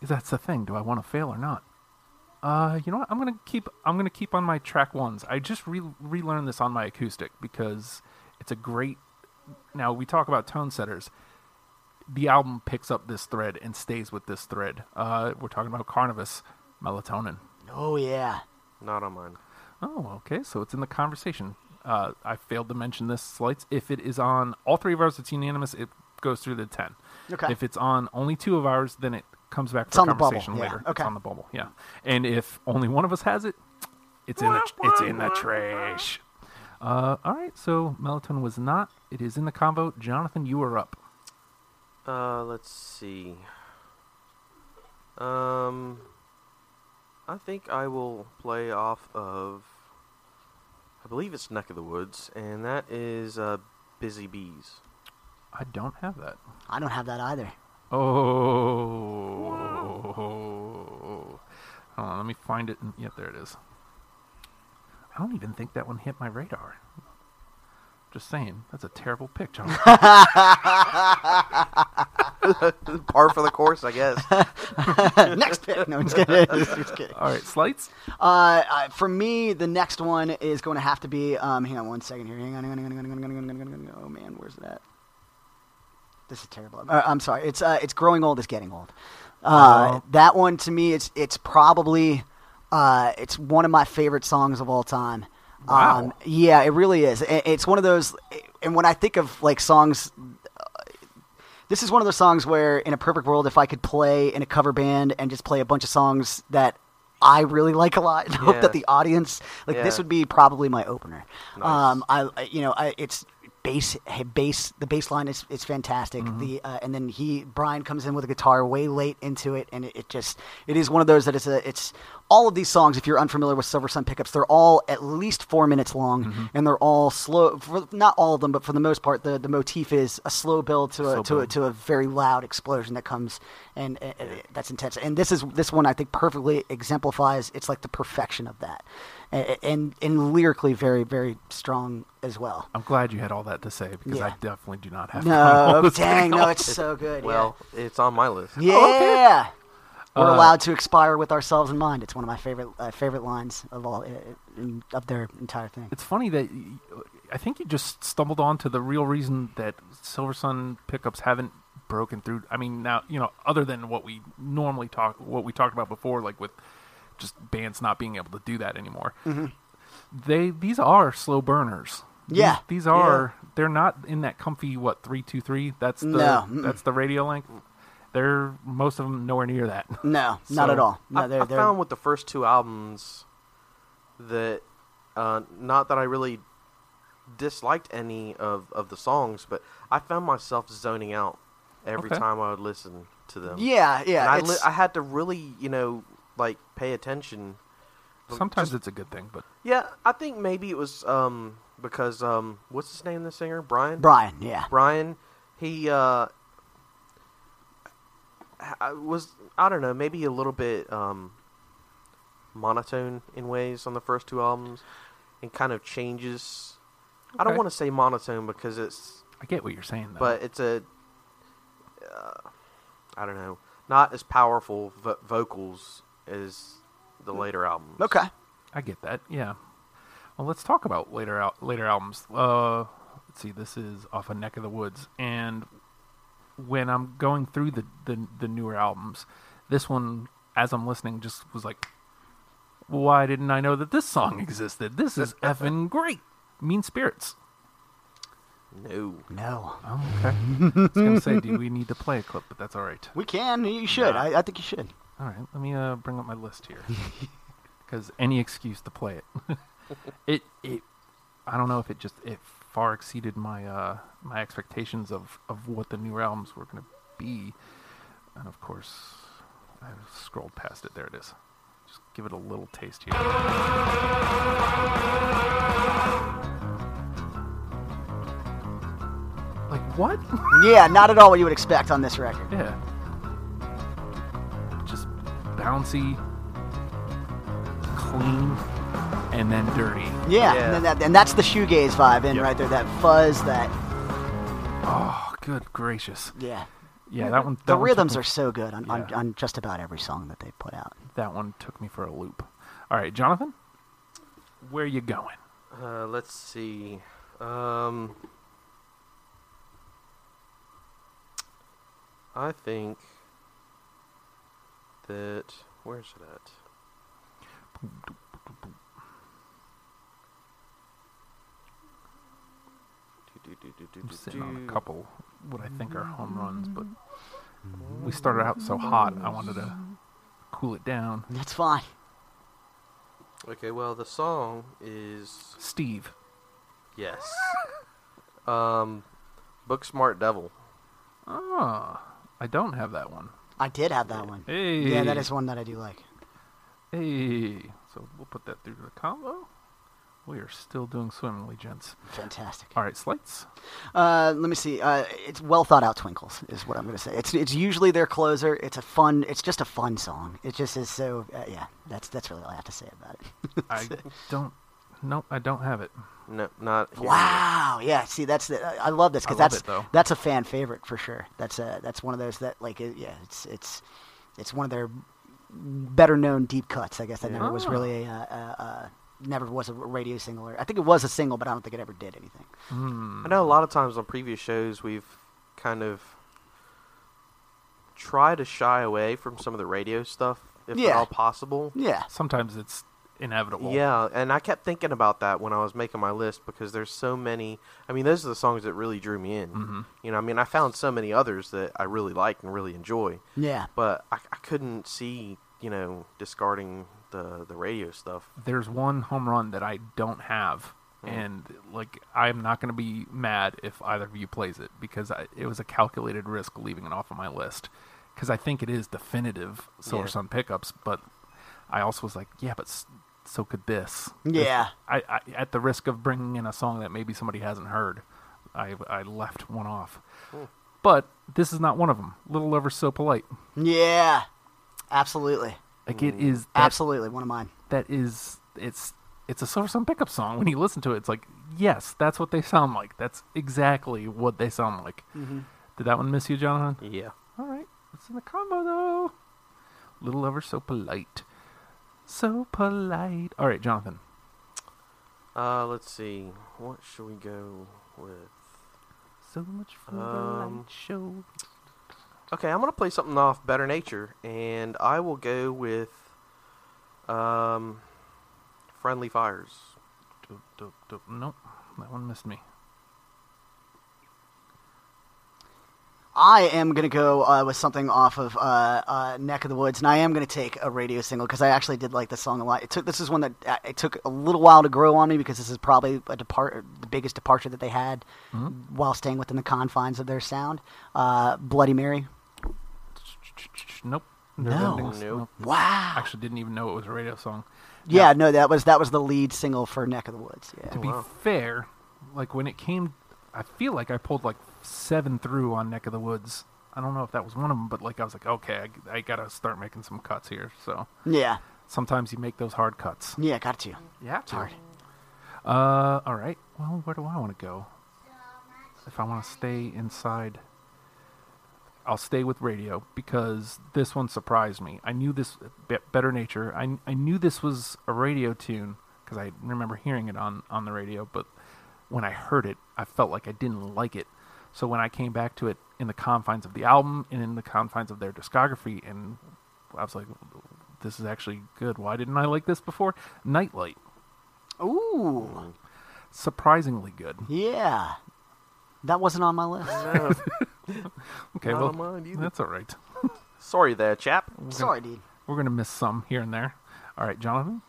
A: That's the thing. Do I want to fail or not? Uh, you know what? I'm gonna keep. I'm gonna keep on my track ones. I just re- relearned this on my acoustic because it's a great. Now we talk about tone setters. The album picks up this thread and stays with this thread. Uh, we're talking about Carnivus, melatonin.
C: Oh yeah.
B: Not on mine.
A: Oh, okay. So it's in the conversation. Uh, I failed to mention this slights. If it is on all three of ours, it's unanimous. It goes through the ten.
C: Okay.
A: If it's on only two of ours, then it comes back for
C: It's on the bubble,
A: conversation
C: yeah,
A: later. It's
C: okay.
A: on the bubble. Yeah. And if only one of us has it, it's in the tr- it's in the trash. Uh, all right. So melatonin was not. It is in the combo. Jonathan, you are up.
B: Uh, let's see. Um, I think I will play off of. I believe it's Neck of the Woods, and that is uh, Busy Bees.
A: I don't have that.
C: I don't have that either.
A: Oh. Hold on, let me find it. And, yep, there it is. I don't even think that one hit my radar. Just saying, that's a terrible pick, John.
B: Par for the course, I guess.
C: next pick. No, I'm just kidding. Just kidding.
A: All right, slights.
C: Uh, I- for me, the next one is going to have to be. Um, hang on one second here. Hang on, hang on, hang on, hang on, hang on, hang on, hang on, hang on, hang on. Oh man, where's it at? This is terrible. Uh, I'm sorry. It's uh, it's growing old. Is getting old. Uh,
A: Oh.
C: that one to me, it's it's probably uh, it's one of my favorite songs of all time. Um,
A: Wow.
C: yeah, it really is. I- It's one of those, and when I think of like songs this is one of those songs where in a perfect world if i could play in a cover band and just play a bunch of songs that i really like a lot and hope
B: Yeah.
C: that the audience like this
B: Yeah.
C: would be probably my opener
B: Nice.
C: um i I- you know I, it's bass hey, bass the bass line is it's fantastic
B: Mm-hmm.
C: the uh, and then he brian comes in with a guitar way late into it and it, it just it is one of those that it's a it's all of these songs if you're unfamiliar with silver sun pickups they're all at least four minutes long
B: Mm-hmm.
C: and they're all slow for, not all of them but for the most part the, the motif is a slow build to
A: Slow
C: a, to a,
A: build.
C: to a very loud explosion that comes and, and- and that's intense and this is this one i think perfectly exemplifies it's like the perfection of that and and, and lyrically very very strong as well
A: I'm glad you had all that to say because I
C: Yeah.
A: definitely do not have. all
C: no
A: this
C: dang
A: thing
C: no
A: on.
C: it's so good
B: Well, it's on my list.
C: yeah,
A: Oh, okay.
C: Yeah. we're
A: Uh,
C: allowed to expire with ourselves in mind it's one of my favorite uh, favorite lines of all uh, in, of their entire thing
A: It's funny that y- I think you just stumbled onto the real reason that Silver Sun pickups haven't broken through. I mean, now you know, other than what we normally talk, what we talked about before, like with just bands not being able to do that anymore.
C: Mm-hmm.
A: They these are slow burners. These-
C: Yeah.
A: these, are. They're not in that comfy what three two three. That's the
C: No, mm-mm.
A: that's the radio length. They're most of them nowhere near that.
C: no not
A: So,
C: at all no
B: I,
C: they're,
B: I
C: they're
B: found with the first two albums that uh, not that I really disliked any of, of the songs, but I found myself zoning out every
A: Okay.
B: time I would listen to them.
C: yeah
B: and
C: yeah
B: I,
C: it's-
B: li- I had to really, you know, like pay attention.
A: Sometimes it's a good thing, but
B: Yeah, I think maybe it was um, because um, what's his name? The singer Brian.
C: brian yeah
B: Brian, he uh, I was I don't know maybe a little bit um, monotone in ways on the first two albums, and kind of changes. I don't
A: Okay.
B: want to say monotone because it's,
A: I get what you're saying. Though.
B: but it's a, uh, I don't know, not as powerful vo- vocals as the later albums.
C: okay
A: I get that. Yeah. Well, let's talk about later out later albums. Uh, let's see. This is off a Neck of the Woods, and when I'm going through the, the the newer albums, this one as I'm listening just was like, why didn't I know that this song existed? This is effing great. Mean Spirits.
B: No.
C: no
A: Oh, okay. I was gonna say, do we need to play a clip? But that's all right.
C: we can you should I, I think you should
A: All right, let me uh, bring up my list here, because any excuse to play it, it it, I don't know if it just it far exceeded my uh my expectations of of what the newer albums were going to be, and of course I scrolled past it. There it is. Just give it a little taste here. Like what?
C: Yeah, not at all what you would expect on this record.
A: Yeah. Just bouncy, clean, and then dirty.
C: Yeah,
B: Yeah.
C: And, then that, and that's the shoegaze vibe in
A: Yep.
C: right there. That fuzz, that
A: Oh, good gracious.
C: yeah.
A: Yeah, that one. That
C: The
A: one took
C: rhythms
A: me-
C: are so good on, on,
A: Yeah.
C: on just about every song that they put out.
A: That one took me for a loop. All right, Jonathan, where you going?
B: Uh, let's see. Um, I think that where's it at? Do, do, do, do,
A: I'm
B: do,
A: sitting on
B: do.
A: a couple what I think are home runs, but we started out so hot. I wanted to cool it down.
C: That's fine.
B: Okay, well the song is
A: Steve.
B: yes. um, Booksmart Devil.
A: Oh,
C: Ah.
A: I don't have that one.
C: I did have that one.
A: Hey.
C: Yeah, that is one that I do like.
A: Hey, so we'll put that through to the combo. We are still doing swimmingly, gents.
C: Fantastic.
A: All right, slights.
C: Uh, let me see. Uh, it's well thought out. Twinkles is what I'm going to say. It's it's usually their closer. It's a fun. It's just a fun song. It just is so. Uh, yeah, that's that's really all I have to say about it.
A: I don't Nope, I don't have it.
B: No, not here either.
C: Wow. Yeah. See, that's the, I I love this
A: I
C: because
A: love
C: that's
A: it, though.
C: that's a fan favorite for sure. That's a that's one of those that like it, yeah, it's it's it's one of their better known deep cuts. I guess that never was
A: Yeah.
C: really a, a, a never was a radio single. Or, I think it was a single, but I don't think it ever did anything.
A: Hmm.
B: I know a lot of times on previous shows we've kind of tried to shy away from some of the radio stuff if
C: Yeah.
B: at all possible.
C: Yeah.
A: Sometimes it's inevitable.
B: Yeah, and I kept thinking about that when I was making my list because there's so many. I mean, those are the songs that really drew me in.
C: Mm.
A: Mhm.
B: You know, I mean, I found so many others that I really like and really enjoy,
C: Yeah.
B: but I, I couldn't see, you know, discarding the the radio stuff.
A: There's one home run that I don't have,
B: Mm.
A: and like I'm not going to be mad if either of you plays it because I, it was a calculated risk leaving it off of my list because I think it is definitive Solar
B: Yeah.
A: Sun pickups. But I also was like, yeah, but s- so could this.
C: Yeah.
A: I, I at the risk of bringing in a song that maybe somebody hasn't heard, I I left one off.
B: Hmm.
A: But this is not one of them. Little Lover's so polite.
C: Yeah. Absolutely.
A: Like it is that,
C: Absolutely. One of mine.
A: that is it's it's a Silver Sun pickup song. When you listen to it, it's like yes, that's what they sound like. That's exactly what they sound like.
C: Mm-hmm.
A: Did that one miss you, Jonathan?
B: Yeah.
A: All right, it's in the combo though. Little Lover's so polite, so polite. All right, Jonathan.
B: Uh, let's see. What should we go with?
A: So much for the
B: Um,
A: light show.
B: Okay, I'm gonna play something off Better Nature, and I will go with um, Friendly Fires.
A: Dup, dup, dup. Nope, that one missed me.
C: I am going to go uh, with something off of uh, uh, Neck of the Woods, and I am going to take a radio single because I actually did like this song a lot. It took this is one that uh, it took a little while to grow on me because this is probably a depart the biggest departure that they had while staying within the confines of their sound. Uh, Bloody Mary.
A: Nope.
C: No.
A: Never Endings.
B: Nope.
C: Wow.
A: Actually, didn't even know it was a radio song.
C: yeah, no, that was that was the lead single for Neck of the Woods. Yeah.
A: To be
B: wow.
A: fair, like when it came, I feel like I pulled like seven through on Neck of the Woods. I don't know if that was one of them, but like I was like, okay, I, I gotta start making some cuts here. So
C: Yeah.
A: sometimes you make those hard cuts.
C: Yeah, got you.
A: Yeah,
C: It's hard.
A: Uh, all right. Well, where do I want to go? If I want to stay inside, I'll stay with radio because this one surprised me. I knew this Be- better nature. I I knew this was a radio tune because I remember hearing it on on the radio. But when I heard it, I felt like I didn't like it. So when I came back to it in the confines of the album and in the confines of their discography, and I was like, "This is actually good. Why didn't I like this before?" Nightlight
C: Ooh.
A: surprisingly good.
C: Yeah. That wasn't on my list.
B: No,
A: Okay,
B: Not
A: well,
B: on mine either.
A: that's all right.
B: sorry there, chap.
C: Sorry, dude.
A: We're gonna miss some here and there. All right, Jonathan.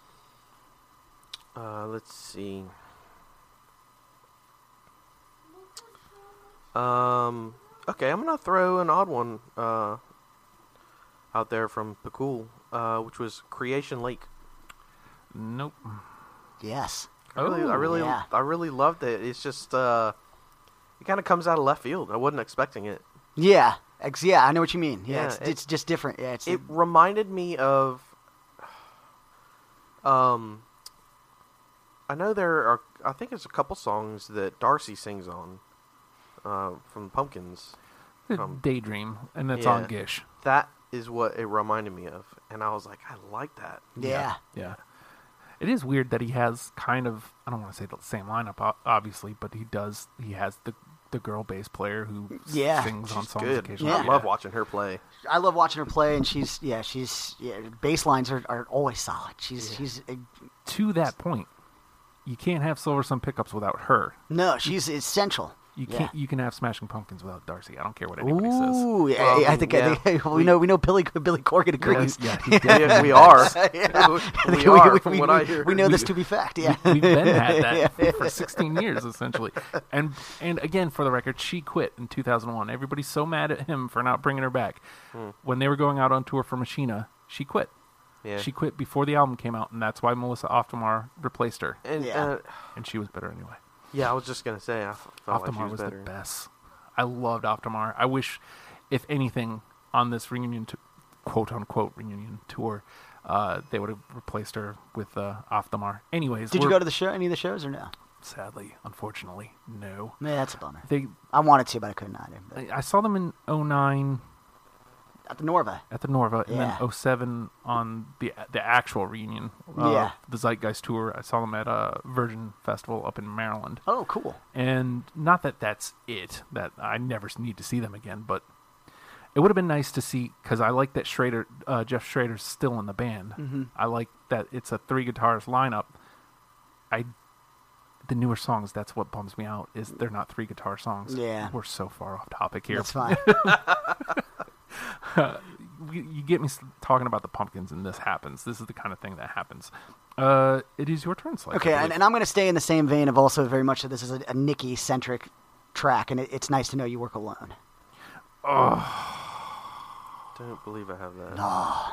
B: Uh, let's see. Um, okay, I'm gonna throw an odd one uh, out there from Pakul, uh, which was Creation Lake.
A: Nope.
C: Yes.
B: I really, I
A: Oh,
B: really,
C: yeah.
B: I really loved it. It's just uh, it kind of comes out of left field. I wasn't expecting it.
C: Yeah, ex- yeah, I know what you mean. Yeah,
B: Yeah,
C: it's,
B: it-
C: it's just different. Yeah, it's
B: It reminded me of, um, I know there are. I think there's a couple songs that Darcy sings on, uh, from Pumpkins.
A: The
B: Um,
A: Daydream, and that's
B: yeah.
A: on Gish.
B: That is what it reminded me of, and I was like, I like that. Ah.
C: yeah,
A: Yeah. It is weird that he has kind of I don't want to say the same lineup o- obviously, but he does. He has the the girl bass player who s-
C: Yeah.
A: sings on
B: She's
A: songs
B: good.
A: occasionally.
C: Yeah.
B: I love watching her play.
C: I love watching her play, and she's yeah, she's yeah, bass lines are, are always solid. She's she's uh,
A: To that point, you can't have Silver Sun pickups without her.
C: no, she's essential.
A: You
C: Yeah.
A: can't. You can have Smashing Pumpkins without Darcy. I don't care what anybody says.
C: Oooo, yeah, I- I
B: Um,
C: think, I
B: yeah.
C: think we know we know Billy Billy Corgan agrees.
A: Yeah, he did.
B: we, we are.
C: Yeah.
B: We-
C: I
B: We,
C: think
B: are, from what
C: we-
B: I hear.
C: we know this to be fact. Yeah,
A: We've been at that for 16 years essentially, and and again for the record, she quit in 2001. Everybody's so mad at him for not bringing her back.
C: Hmm.
A: When they were going out on tour for Machina, she quit.
B: Yeah.
A: She quit before the album came out, and that's why Melissa Oftomar replaced her,
B: And,
C: Yeah.
B: uh,
A: and she was better anyway.
B: yeah, I was just gonna say, I f-
C: Oh,
B: felt like she
A: Oftomar
B: was,
A: was
B: better.
A: the best. I loved Oftomar. I wish, if anything, on this reunion t- quote unquote reunion tour, uh, they would have replaced her with uh, Aftamar. Anyways,
C: Did you
A: we're-
C: go to the show? Any of the shows or no?
A: Sadly, unfortunately, no.
C: Yeah, that's a bummer.
A: They,
C: I wanted to, but I couldn't either. But
A: I I saw them in 09
C: at the Norva.
A: at the Norva, and
C: Yeah.
A: then 07 on the the actual reunion. Uh,
C: Yeah.
A: The Zeitgeist tour. I saw them at a Virgin Festival up in Maryland.
C: Oh, cool.
A: And not that that's it, that I never s- need to see them again, but it would have been nice to see because I like that Schrader, uh, Jeff Schrader's still in the band.
C: Mm. Mm-hmm.
A: I like that it's a three guitars lineup. I the newer songs. That's what bums me out is they're not three guitar songs.
C: Yeah.
A: we're so far off topic here.
C: That's fine.
A: you, you get me s- talking about the pumpkins, and this happens. This is the kind of thing that happens. Uh, it is your turn, Slice. I
C: Okay, and,
A: believe.
C: and I'm going to stay in the same vein of also very much that this is a, a Nikki centric track, and it, it's nice to know you work alone.
B: Don't believe I have that.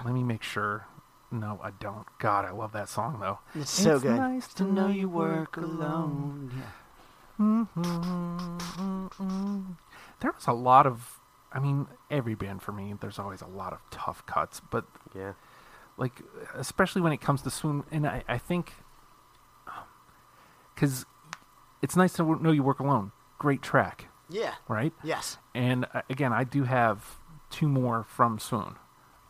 A: let me make sure. No, I don't. God, I love that song though.
C: It's so
A: It's
C: good.
A: nice to know you work alone. Mm-hmm. There was a lot of. I mean, every band for me, there's always a lot of tough cuts, but
B: Yeah.
A: like especially when it comes to swoon and i, I think because it's nice to know you work alone great track
C: Yeah. Yeah.
A: right
C: Yes.
A: and uh, again i do have two more from swoon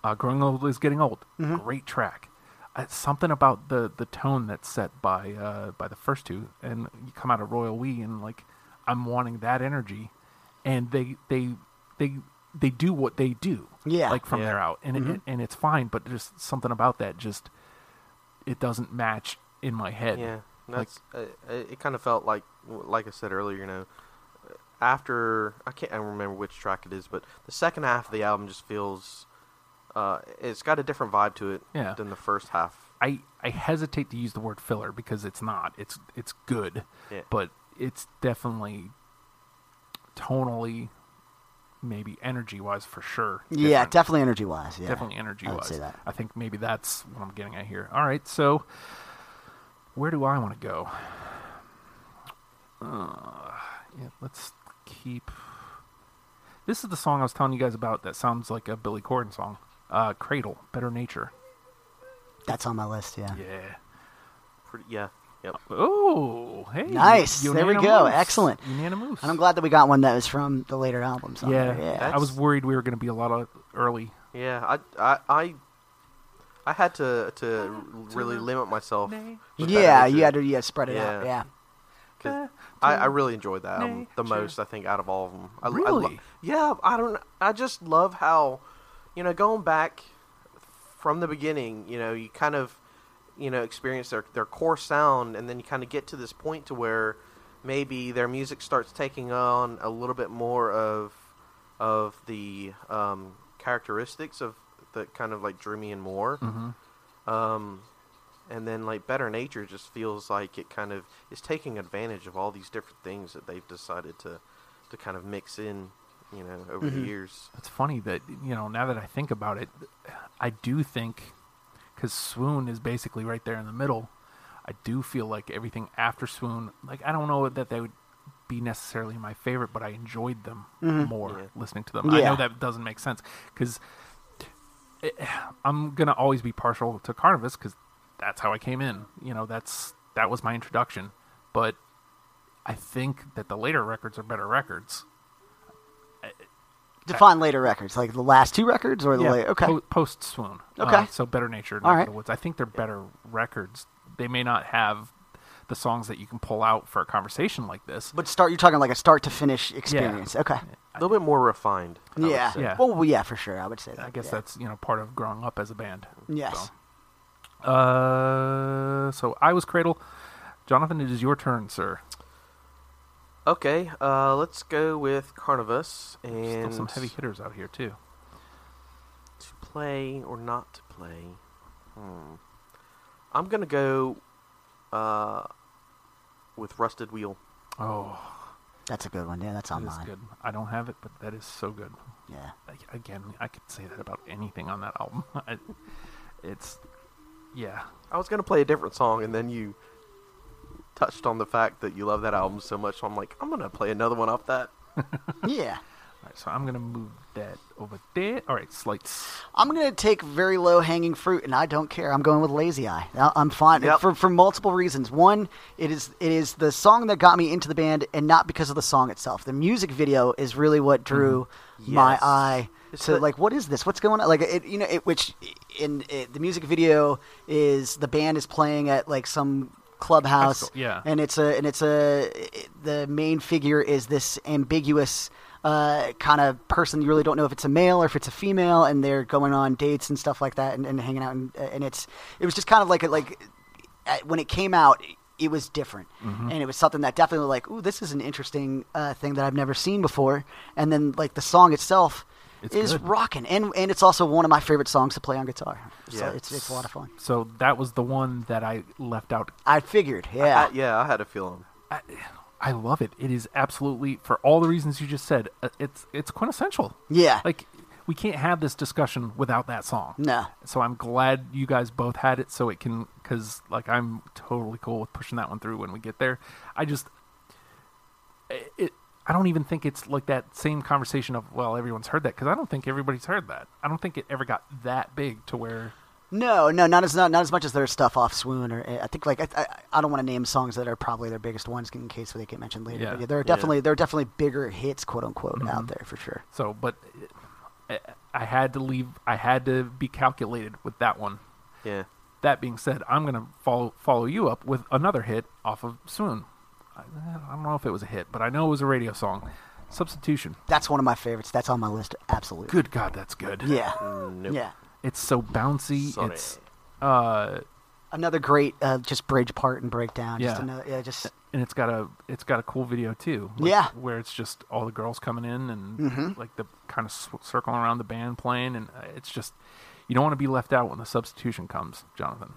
A: uh, growing old is getting old great track uh, something about the the tone that's set by uh, by the first two and you come out of royal we and like i'm wanting that energy and they they they they do what they do
C: Yeah.
A: like from
B: Yeah.
A: there out and it, and it's fine but there's something about that just it doesn't match in my head
B: Yeah,
A: like
B: that's uh, it. Kind of felt like, like I said earlier, you know, after I can't I don't remember which track it is, but the second half of the album just feels, uh, it's got a different vibe to it
A: Yeah.
B: than the first half.
A: I, I hesitate to use the word filler because it's not. It's it's good,
B: Yeah.
A: but it's definitely tonally, maybe energy wise for sure.
C: Yeah,
A: different.
C: definitely energy wise. Yeah.
A: definitely energy
C: I would
A: wise.
C: say that.
A: I think maybe that's what I'm getting at here. All right, so where do I want to go? Uh, yeah, let's keep. This is the song I was telling you guys about that sounds like a Billy Corgan song. Uh, Cradle, Better Nature.
C: That's on my list. Yeah.
A: Yeah.
B: Pretty, yeah,
A: Uh,
B: yep.
A: Oh, hey.
C: Nice. There we go.
A: unanimous.
C: Excellent.
A: Unanimous.
C: And I'm glad that we got one that was from the later albums. on
A: Yeah.
C: there, yeah.
A: I was worried we were going to be a lot of early.
B: Yeah, I, I, I, I had to to really limit myself. with that
C: Yeah,
B: nature,
C: you had to yeah, spread it out.
B: Yeah.
C: Yeah.
B: 'cause I, I really enjoyed that album the
A: nature.
B: most. I think out of all of them. I, I lo-
A: Really?
B: yeah, I don't. I just love how, you know, going back from the beginning, you know, you kind of, you know, experience their their core sound, and then you kind of get to this point to where maybe their music starts taking on a little bit more of of the um, characteristics of that kind of like drew me in more. Um, and then like better nature just feels like it kind of is taking advantage of all these different things that they've decided to to kind of mix in you know over the years
A: It's funny that, you know, now that I think about it, I do think, because Swoon is basically right there in the middle, I do feel like everything after Swoon, like, I don't know that they would be necessarily my favorite, but I enjoyed them more
B: Yeah.
A: listening to them. I
C: Yeah.
A: know that doesn't make sense because I'm gonna always be partial to Carnivus because that's how I came in. You know, that's that was my introduction. But I think that the later records are better records.
C: Define later records, like the last two records or the later. Okay.
A: post swoon.
C: Okay.
A: Uh, so better nature.
C: All
A: All right.
C: right.
A: The woods. I think they're better records. They may not have the songs that you can pull out for a conversation like this.
C: But start. You're talking like a start to finish experience. Okay.
B: a little bit more refined I would
C: Yeah.
B: say.
A: Yeah.
C: Well, yeah, for sure. I would say that.
A: I guess
C: yeah.
A: that's you know part of growing up as a band.
C: Yes.
A: So. Uh, so I was Cradle. Jonathan, it is your turn, sir.
B: okay uh let's go with carnivus
A: Still
B: and
A: some heavy hitters out here too.
B: to play or not to play hmm. i'm gonna go uh with rusted wheel
A: Oh,
C: That's a good one. Yeah, that's on
A: that is
C: mine.
A: good. I don't have it, but that is so good.
C: Yeah.
A: Like, Again, I could say that about anything on that album. I, it's, yeah,
B: i was gonna play a different song and then you touched on the fact that you love that album so much so i'm like i'm gonna play another one off that
C: Yeah.
A: right, so I'm gonna move that over there. All right, slights.
C: I'm going to take very low hanging fruit, and I don't care. I'm going with Lazy Eye. I- I'm fine
B: Yep.
C: for for multiple reasons. One, it is it is the song that got me into the band, and not because of the song itself. The music video is really what drew my
B: Yes.
C: eye.
B: It's
C: to
B: the-
C: like, what is this? What's going on? Like, it, you know, it, which in it, the music video is the band is playing at like some clubhouse,
A: Festival, yeah.
C: and it's a and it's a it- the main figure is this ambiguous uh, kind of person you really don't know if it's a male or if it's a female and they're going on dates and stuff like that and, and hanging out and, and it's it was just kind of like a, like uh, when it came out it was different and it was something that definitely like ooh this is an interesting uh, thing that I've never seen before and then like the song itself
A: It's
C: is
A: good.
C: rocking and and it's also one of my favorite songs to play on guitar so
B: Yeah.
C: it's it's a lot of fun
A: So that was the one that I left out.
C: I figured yeah
B: I, yeah, I had a feeling.
A: I, I love it. It is absolutely for all the reasons you just said. uh, It's it's quintessential.
C: yeah
A: Like we can't have this discussion without that song.
C: no
A: So I'm glad you guys both had it so it can cuz like I'm totally cool with pushing that one through when we get there. I just it, it I don't even think it's like that same conversation of well everyone's heard that cuz I don't think everybody's heard that. I don't think it ever got that big to where
C: No, no, not as not, not as much as their stuff off Swoon or eh, I think like I, I, I don't want to name songs that are probably their biggest ones in case they get mentioned later.
A: Yeah. Mm-hmm.
C: But yeah, there are
B: Yeah.
C: definitely there are definitely bigger hits, quote unquote, out there for sure.
A: So, but I, I had to leave. I had to be calculated with that one.
B: Yeah.
A: That being said, I'm gonna follow follow you up with another hit off of Swoon. I, I don't know if it was a hit, but I know it was a radio song. Substitution.
C: That's one of my favorites. That's on my list, absolutely.
A: Good God, that's good.
C: Yeah,
B: Mm, Nope.
C: yeah.
A: It's so bouncy.
B: Sorry.
A: It's uh,
C: Another great uh, just bridge part and breakdown. Just
A: Yeah.
C: another, yeah, just
A: and it's got a it's got a cool video too.
C: Yeah. Mm-hmm.
A: where it's just all the girls coming in and like the kind of sw- circling around the band playing, and uh, it's just you don't want to be left out when the substitution comes, Jonathan.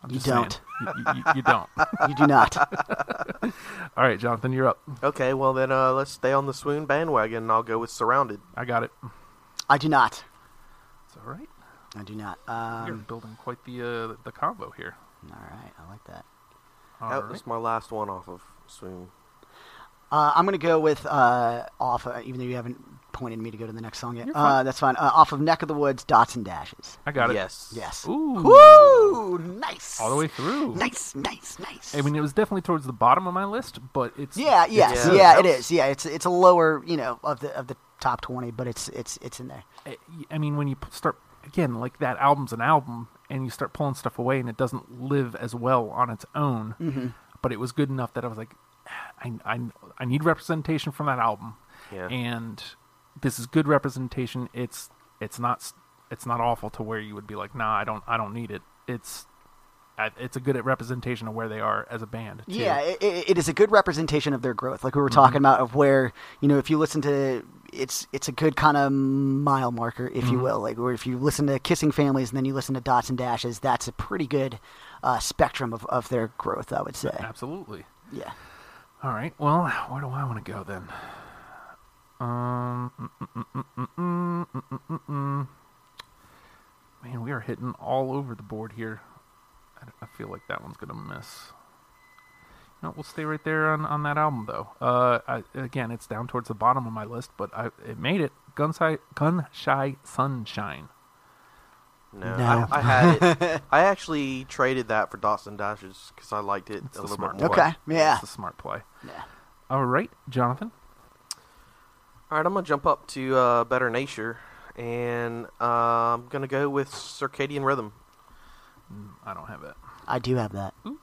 A: I'm
C: You
A: just saying. You,
C: don't.
A: you- you don't.
C: you do not.
A: All right, Jonathan, you're up.
B: Okay, well then uh, let's stay on the swoon bandwagon and I'll go with surrounded.
A: I got it.
C: I do not.
A: It's all right.
C: I do not.
A: You're
C: Um,
A: building quite the uh, the combo here.
C: all right, I like that. Oh,
A: All
B: that
A: right.
B: was my last one off of swoon.
C: Uh, I'm going to go with uh, off, uh, even though you haven't pointed me to go to the next song yet.
A: You're fine.
C: Uh, that's fine. Uh, off of Neck of the Woods, Dots and Dashes.
A: I got it.
B: Yes.
C: Yes.
A: Ooh.
C: Woo! Nice.
A: All the way through.
C: Nice, nice, nice.
A: I mean, it was definitely towards the bottom of my list, but it's
C: yeah, yes,
B: Yeah.
C: yeah, it is. Yeah, it's it's a lower, you know, of the of the top twenty, but it's it's it's in there.
A: I- eh, I mean, when you p- start again, like that album's an album, and you start pulling stuff away, and it doesn't live as well on its own. But it was good enough that I was like, I, I, I need representation from that album,
B: Yeah.
A: and this is good representation. It's it's not s- it's not awful to where you would be like, nah, I don't I don't need it. It's I- it's a good representation of where they are as a band. too.
C: Yeah, it, it is a good representation of their growth, like we were talking about, of where you know if you listen to it's it's a good kind of mile marker, if you will, like where if you listen to Kissing Families and then you listen to Dots and Dashes, that's a pretty good uh, spectrum of, of their growth, I would say.
A: absolutely.
C: Yeah,
A: All right. Well, where do I want to go then? Um, mm, mm, mm, mm, mm, mm, mm, mm, mm. man, we are hitting all over the board here. I, d- I feel like that one's gonna miss. No, we'll stay right there on, on that album though. Uh, I, again, it's down towards the bottom of my list, but I it made it. Gunshy, gun shy sunshine.
B: No,
C: No.
B: I, I had it. I actually traded that for Dots and Dashes because I liked it
A: It's a
B: a little
A: smart
B: bit more.
C: Okay. Yeah.
A: it's a smart play.
C: yeah.
A: All right, Jonathan.
B: All right, I'm gonna jump up to uh, Better Nature, and uh, I'm gonna go with Circadian Rhythm.
A: Mm, I don't have it.
C: I do have that.
A: Ooh.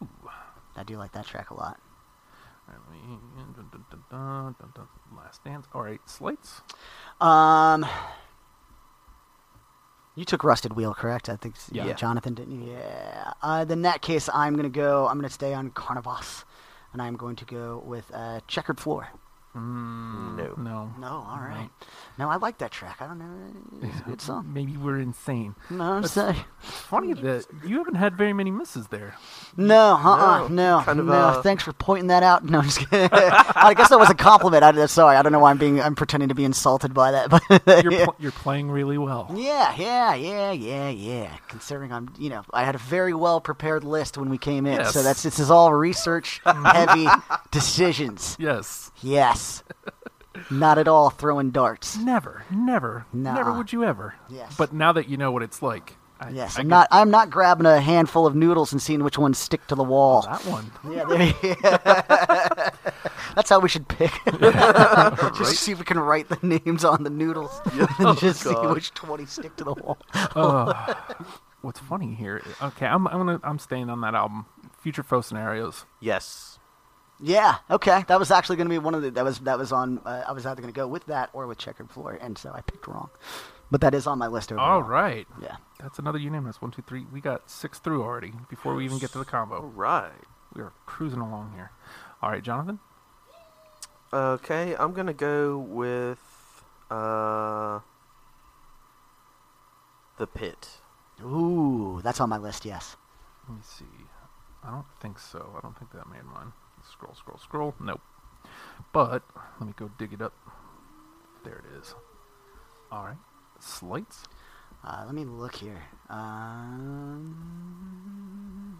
C: I do like that track a lot.
A: Alright, let me- dun, dun, dun, dun, dun, dun. Last dance. All right, slates.
C: Um, you took Rusted Wheel, correct? I think yeah.
A: Yeah.
C: Jonathan didn't. you? Yeah. Uh, then in that case, I'm gonna go. I'm gonna stay on Carnivas, and I'm going to go with uh, Checkered Floor.
A: Mm,
B: No.
A: No.
C: No, all right. No, I like that track. I don't know. It's a good song.
A: Maybe we're insane.
C: No, I'm
A: That's-
C: sorry.
A: Funny that you haven't had very many misses there.
C: No, uh-uh,
B: No,
C: no,
B: kind of
C: no.
B: a-
C: Thanks for pointing that out. No, I'm just kidding. I guess that was a compliment. I, sorry, I don't know why I'm being. I'm pretending to be insulted by that. But
A: You're, pl- you're playing really well.
C: Yeah, yeah, yeah, yeah, yeah. Considering I'm, you know, I had a very well prepared list when we came in,
A: Yes.
C: so that's this is all research heavy decisions.
A: Yes.
C: Yes. Not at all throwing darts.
A: Never, never, never
C: Nuh-uh.
A: would you ever.
C: Yes.
A: But now that you know what it's like, I,
C: Yes,
A: I
C: I'm
A: get
C: not. I'm not grabbing a handful of noodles and seeing which ones stick to the wall.
A: that one.
C: Yeah, there- that's how we should pick. Just see if we can write the names on the noodles
A: Oh,
C: and just see
B: God.
C: which twenty stick to the wall.
A: Ugh. what's funny here? Okay, I'm, I'm gonna I'm staying on that album. Future foe scenarios.
B: Yes.
C: Yeah. Okay. That was actually going to be one of the. That was that was on. Uh, I was either going to go with that or with checkered floor, and so I picked wrong. But that is on my list overall.
A: All right,
C: Yeah.
A: that's another unanimous. One, two, three. We got six through already before we even get to the
B: All
A: combo.
B: right.
A: We are cruising along here. All right, Jonathan.
B: Okay, I'm gonna go with uh the pit.
C: Ooh, that's on my list. Yes.
A: Let me see. I don't think so. I don't think that made mine. Scroll, scroll, scroll. Nope. But let me go dig it up. There it is. All right. Slights.
C: Uh, let me look here. Um,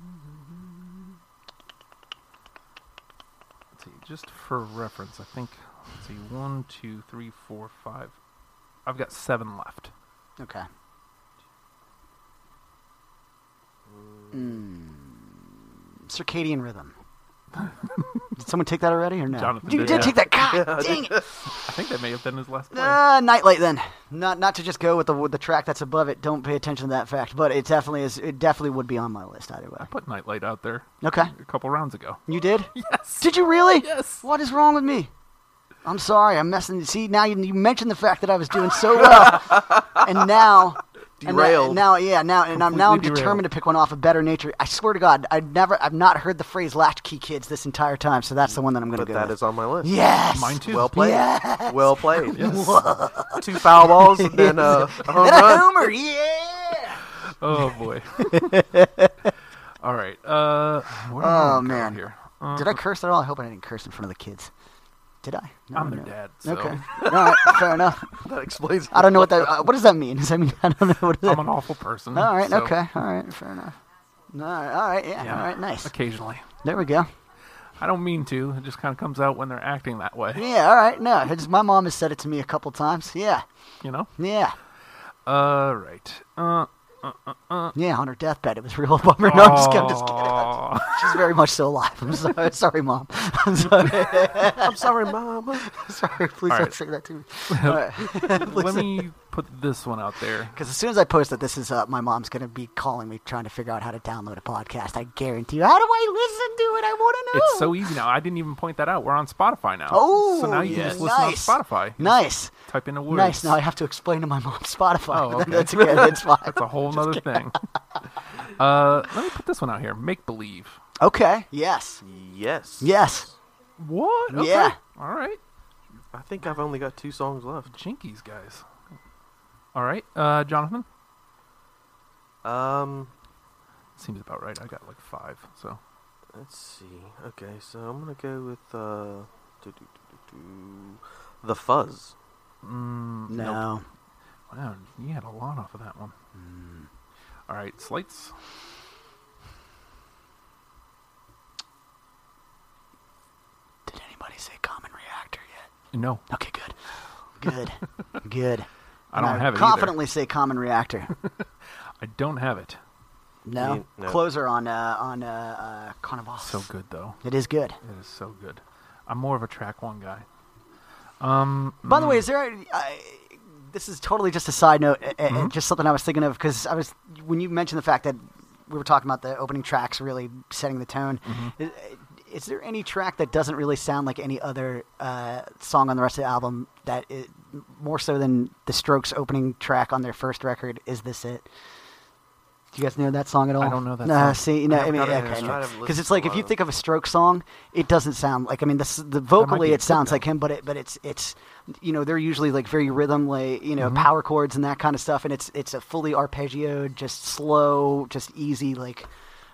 A: Let's see. Just for reference, I think. Let's see. One, two, three, four, five. I've got seven left.
C: okay. Mm, circadian rhythm. Did someone take that already or no?
A: Jonathan
C: you
A: did,
C: did,
A: yeah.
C: take that. God dang it.
A: I think that may have been his last play.
C: Uh, Nightlight then. Not not to just go with the with the track that's above it. Don't pay attention to that fact, but it definitely is. It definitely would be on my list either
A: I
C: way.
A: put Nightlight out there
C: Okay,
A: a couple rounds ago.
C: you did.
A: Yes.
C: Did you really?
A: Yes.
C: What is wrong with me? I'm sorry. I'm messing. See now you, you mentioned the fact that I was doing so well, and now. and now-
B: Derailed.
C: now, yeah, now, and I'm now I'm
A: Completely
C: determined
A: derailed.
C: to pick one off of better nature. I swear to God, I've never, I've not heard the phrase "latchkey kids" this entire time, so that's the one that I'm going to
B: But
C: go.
B: that
C: with.
B: is on my list.
C: yes,
A: Mine too.
B: Well played.
C: Yes.
B: Well played.
A: Yes.
B: Two foul balls and then uh, a home
C: And a
B: run.
C: homer, yeah.
A: Oh boy. All right. Uh. where do
C: Oh,
A: I go
C: man.
A: Here. Uh,
C: Did I curse at all? I hope I didn't curse in front of the kids. Did I? No,
A: I'm their
C: no.
A: dad. So.
C: Okay. all right. Fair enough.
B: That explains.
C: I don't know what that. Uh, what does that mean? Does that mean I don't know what that?
A: I'm an awful person.
C: Mm-hmm. all right.
A: so
C: Okay. All right. Fair enough. All right. All right. Yeah.
A: Yeah.
C: All right. Nice.
A: Occasionally.
C: There we go.
A: I don't mean to. It just kind of comes out when they're acting that way.
C: Yeah. All right. No. It's, my mom has said it to me a couple times. Yeah.
A: You know.
C: Yeah.
A: All right. Uh.
C: Yeah. On her deathbed, it was a real bummer. No, I'm just kidding. I'm just kidding.
A: aw.
C: She's very much still alive. I'm sorry, sorry, mom. I'm sorry.
B: I'm sorry, mama.
C: sorry. Please
A: All
C: don't
A: right.
C: say that to me. All right.
A: Let me put this one out there.
C: Because as soon as I post that this is up, my mom's going to be calling me trying to figure out how to download a podcast. I guarantee you. How do I listen to it? I want to know.
A: It's so easy now. I didn't even point that out. We're on Spotify now.
C: Oh,
A: so now you can
B: yes.
A: just listen
C: nice.
A: on Spotify. You
C: nice.
A: just Type in a word.
C: Nice. Now I have to explain to my mom Spotify.
A: Oh, okay.
C: That's okay. That's fine.
A: That's a whole nother thing. uh, let me put this one out here. Make believe.
C: Okay. Yes.
B: Yes.
C: Yes.
A: What? Okay.
C: Yeah.
A: All right.
B: I think I've only got two songs left.
A: Jinkies, guys. All right. Uh, Jonathan
B: Um,
A: seems about right. I got like five. So
B: let's see. Okay, so I'm gonna go with uh, do, do, do, do, do, the fuzz.
A: mm, nope.
C: No.
A: Wow, you had a lot off of that one.
C: Hmm.
A: All right, slights.
C: Did anybody say common reactor yet?
A: No,
C: Okay. Good. Good. good.
A: I don't
C: And
A: have it. Confidently.
C: Confidently say common reactor.
A: I don't have it.
C: No.
B: Me- no.
C: Closer on uh, on uh, uh, Carnival.
A: So good though.
C: It is good.
A: It is so good. I'm more of a track one guy. Um.
C: By the way, is there? I, this is totally just a side note, a- a-
A: Hmm?
C: just something I was thinking of because I was when you mentioned the fact that we were talking about the opening tracks really setting the tone.
A: Mm-hmm.
C: Is, is there any track that doesn't really sound like any other uh, song on the rest of the album that it, more so than the Strokes opening track on their first record? Is this it? Do you guys know that song at all?
A: don't know that
C: No,
A: song.
C: see, you know,
B: I
C: I mean,
B: haven't got it.
C: okay,
B: I haven't
C: because
B: listened
C: it's
B: to a
C: like if
B: lot
C: you
B: of
C: think of a stroke song, it doesn't sound like. I mean, this the
A: might
C: vocally
A: be a
C: it sounds
A: good
C: like him, but it but it's it's you know they're usually like very rhythm like you know power chords and that kind of stuff, and it's it's a fully arpeggioed, just slow, just easy like.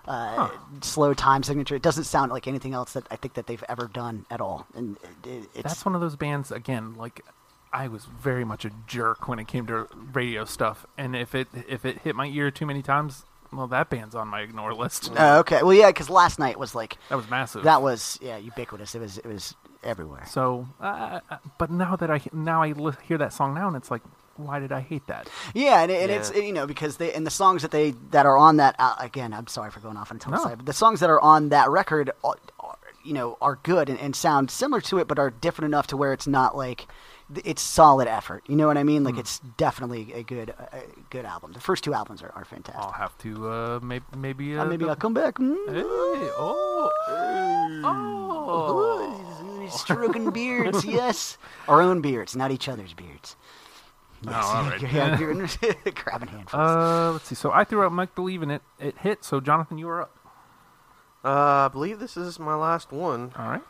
C: Uh, slow time signature. It doesn't sound like anything else that I think that they've ever done at all, and it, it, it's
A: That's one of those bands again. Like, I was very much a jerk when it came to radio stuff, and if it if it hit my ear too many times, well, that band's on my ignore list.
C: Oh, okay. Well, yeah, because last night was like
A: Uh, That was massive.
C: that was yeah ubiquitous. It was it was everywhere.
A: So, uh, uh, but now that I now I li- hear that song now, and it's like, why did I hate that?
C: Yeah, and, it, and
B: Yeah.
C: it's you know because they and the songs that they that are on that uh, again. I'm sorry for going off on a
A: No.
C: side, but the songs that are on that record, are, are, you know, are good and, and sound similar to it, but are different enough to where it's not like th- it's solid effort. You know what I mean?
A: Hmm.
C: Like it's definitely a good a a good album. The first two albums are, are fantastic.
A: I'll have to uh, maybe maybe uh,
C: Uh, maybe
A: the-
C: I'll come back. Mm.
A: Hey, oh, oh,
C: Ooh, Stroking beards, yes. Our own beards, not each other's beards. Yes.
A: Oh, all right.
C: yeah, you're grabbing handfuls.
A: Uh, let's see. So I threw out Mike Believe and it. It hit. So Jonathan, you are up.
B: Uh, I believe this is my last one,
A: All right.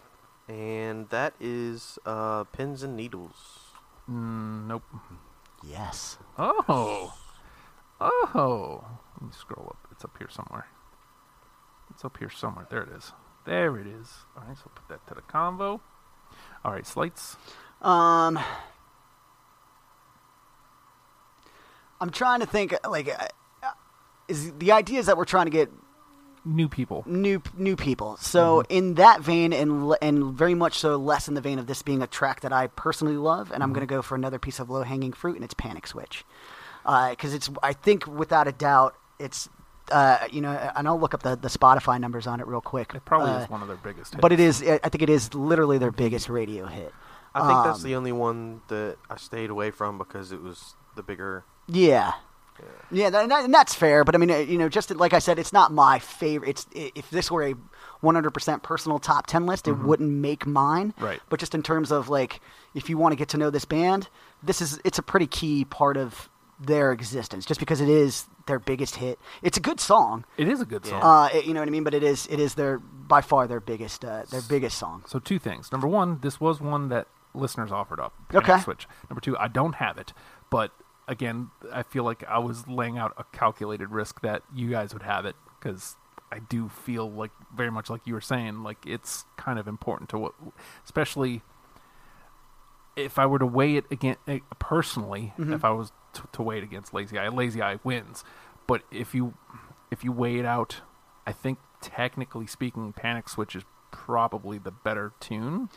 B: and that is uh, pins and needles.
A: Mm, nope.
C: yes.
A: Oh. Oh. Let me scroll up. It's up here somewhere. It's up here somewhere. There it is. There it is. All right. So put that to the convo. All right. Slates.
C: Um, I'm trying to think. Like, uh, is the idea is that we're trying to get
A: New people.
C: new new people. So
A: Mm-hmm.
C: in that vein, and le- and very much so, less in the vein of this being a track that I personally love, and
A: Mm-hmm.
C: I'm going to go for another piece of low hanging fruit, and it's Panic Switch, because it's I think without a doubt it's. Uh, you know, and I'll look up the, the Spotify numbers on it real quick.
A: It probably
C: uh,
A: is one of their biggest. Hits.
C: but it is. I think it is literally their biggest radio hit.
B: I think that's
C: Um,
B: the only one that I stayed away from because it was the bigger.
C: Yeah. Yeah, tha- and, that, and that's fair, but I mean, uh, you know, just like I said, it's not my favorite. It's i- if this were a 100% personal top 10 list, it wouldn't make mine.
A: Mm-hmm. Right.
C: But just in terms of like, if you want to get to know this band, this is it's a pretty key part of their existence, just because it is their biggest hit. It's a good song,
A: It is a good song.
C: uh, it- you know what I mean. But it is it is their by far their biggest uh, their biggest song.
A: So two things. Number one, this was one that listeners offered up.
C: Okay.
A: Panic Switch. Number two, I don't have it, but again, I feel like I was laying out a calculated risk that you guys would have it because I do feel like very much like you were saying, like it's kind of important to what, especially if I were to weigh it again eh, personally, if I was t- to weigh it against Lazy Eye, Lazy Eye wins. But if you if you weigh it out, I think technically speaking, Panic Switch is probably the better tune.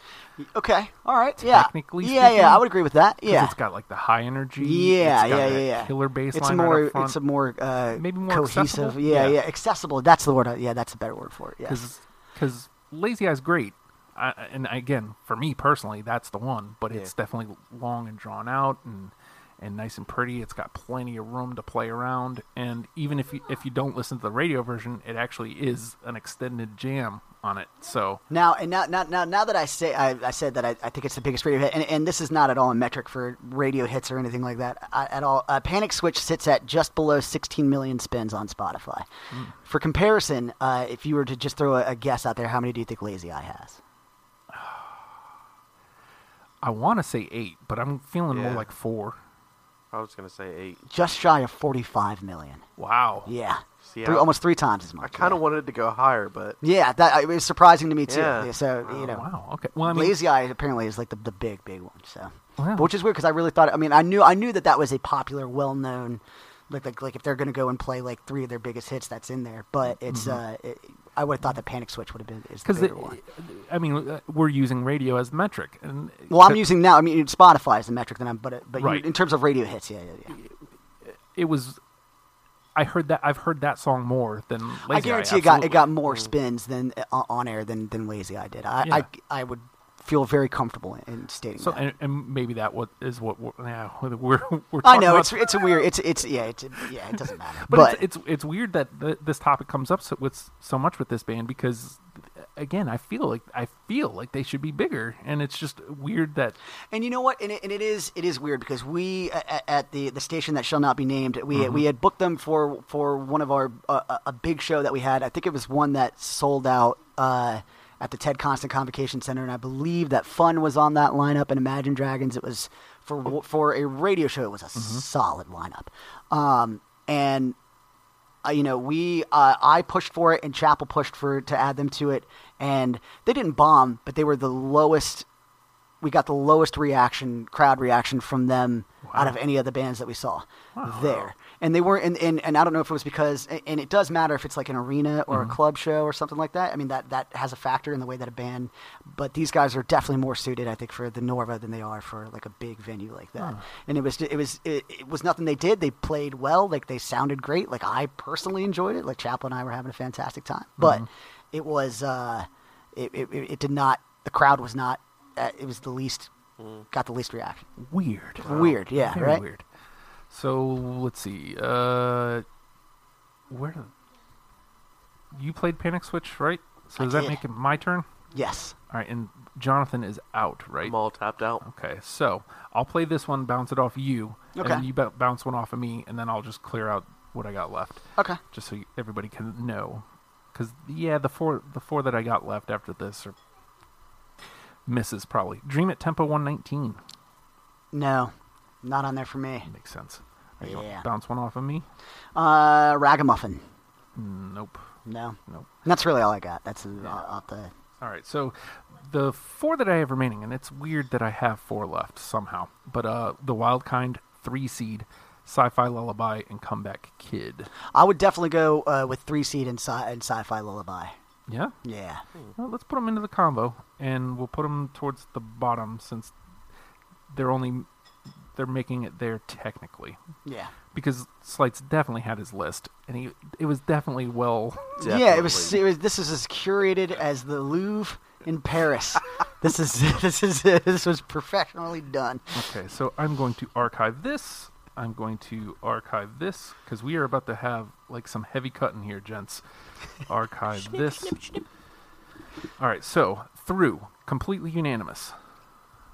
C: Okay, all right, yeah,
A: Technically
C: yeah,
A: speaking,
C: yeah, I would agree with that.
A: 'cause
C: Yeah,
A: It's got like the high energy.
C: Yeah,
A: it's got
C: yeah,
A: that
C: yeah, yeah.
A: Killer bass
C: It's a
A: line right
C: more,
A: up front.
C: it's a more uh,
A: Maybe more
C: cohesive.
A: accessible?
C: Yeah, yeah,
A: Yeah.
C: accessible. That's the word. I, yeah, that's a better word for it. Yeah.
A: because because Lazy Eye's great, I, and again for me personally, that's the one. But it's
B: Yeah.
A: definitely long and drawn out and and nice and pretty. It's got plenty of room to play around, and even if you if you don't listen to the radio version, it actually is an extended jam on it. So
C: Now and now, now, now, now that I say I, I said that I, I think it's the biggest radio hit, and, and this is not at all a metric for radio hits or anything like that I, at all. Uh, Panic Switch sits at just below 16 million spins on Spotify. For comparison, uh, if you were to just throw a, a guess out there, how many do you think Lazy Eye has?
A: I want to say eight, but I'm feeling more
B: Yeah.
A: like four.
B: I was gonna say eight.
C: Just shy of 45 million.
A: Wow.
C: Yeah,
B: See,
C: Three-
B: I-
C: almost three times as much.
B: I kind
C: yeah.
B: of wanted to go higher, but
C: Yeah, that uh, it was surprising to me too.
B: Yeah.
C: So you know,
A: Wow. Okay. Well, I mean,
C: Lazy Eye apparently is like the, the big big one. So,
A: Wow.
C: which is weird because I really thought. I mean, I knew I knew that that was a popular, well known. Like, like like if they're going to go and play like three of their biggest hits, that's in there. But it's
A: Mm-hmm.
C: uh, it, I would have thought that Panic Switch would have been is the
A: because
C: bigger one.
A: I mean, uh, we're using radio as metric, and
C: Well, I'm
A: using.
C: using now. I mean, Spotify is the metric that I'm, but uh, but you-
A: Right.
C: in terms of radio hits, yeah, yeah, yeah.
A: it was I heard that I've heard that song more than Lazy
C: I guarantee
A: Eye,
C: it got it
A: absolutely.
C: got more spins than uh, on air than than Lazy Eye did. I
A: Yeah.
C: I, I would feel very comfortable in, in stating
A: so
C: that.
A: and, and maybe that what is what we're, yeah, we're we're talking
C: I know
A: about-
C: it's it's a weird it's it's yeah it's yeah it doesn't matter.
A: but,
C: but
A: it's, it's it's weird that th- this topic comes up so, with so much with this band because again I feel like I feel like they should be bigger and it's just weird that
C: and you know what? And it, and it is it is weird because we a- a- at the the station that shall not be named we we had booked them for for one of our uh, a- a big show that we had. I think it was one that sold out. Uh, at the Ted Constant Convocation Center, and I believe that Fun was on that lineup, and Imagine Dragons. It was for for a radio show. It was a solid lineup, um, and uh, you know, we uh, I pushed for it and Chapel pushed for to add them to it, and they didn't bomb, but they were the lowest we got the lowest reaction, crowd reaction from them out of any of the bands that we saw there. And they weren't, and, and, and I don't know if it was because, and- and it does matter if it's like an arena or
A: Mm-hmm.
C: a club show or something like that. I mean, that, that has a factor in the way that a band, but these guys are definitely more suited, I think, for the Norva than they are for like a big venue like that. And it was, it was, it, it was nothing they did. They played well, like they sounded great. Like I personally enjoyed it. Like Chaplin and I were having a fantastic time,
A: Mm-hmm.
C: but it was, uh, it, it, it it did not, the crowd was not, uh, it was the least, got the least reaction.
A: Weird.
C: Weird, yeah,
A: Very
C: right?
A: weird. So let's see. Uh, where do- you played Panic Switch, right? So
C: I
A: does that
C: did.
A: make it my turn?
C: Yes.
A: All right, and Jonathan is out, right?
B: I'm all tapped out.
A: Okay, so I'll play this one, bounce it off you, and
C: Okay.
A: then you b- bounce one off of me, and then I'll just clear out what I got left,
C: Okay.
A: just so you- everybody can know. Because yeah, the four the four that I got left after this are misses probably. Dream at tempo one nineteen
C: No, not on there for me.
A: makes sense. Are you-
C: Yeah.
A: Bounce one off of me.
C: Uh, Ragamuffin.
A: Nope.
C: No,
A: Nope.
C: that's really all I got. That's uh, off the.
A: All right, so the four that I have remaining, and it's weird that I have four left somehow, but uh, the Wild Kind, Three Seed, Sci-Fi Lullaby, and Comeback Kid.
C: I would definitely go uh, with three seed and, sci- and sci-fi lullaby.
A: Yeah,
C: Yeah,
A: well, let's put them into the combo, and we'll put them towards the bottom since they're only they're making it there technically
C: yeah,
A: because Slights definitely had his list, and he it was definitely well.
C: yeah. It was.
B: Definitely.
C: It was. This is as curated as the Louvre in Paris. this is. This is. This was professionally done.
A: Okay, so I'm going to archive this. I'm going to archive this because we are about to have like some heavy cutting here, gents. Archive this. All right, so through completely unanimous,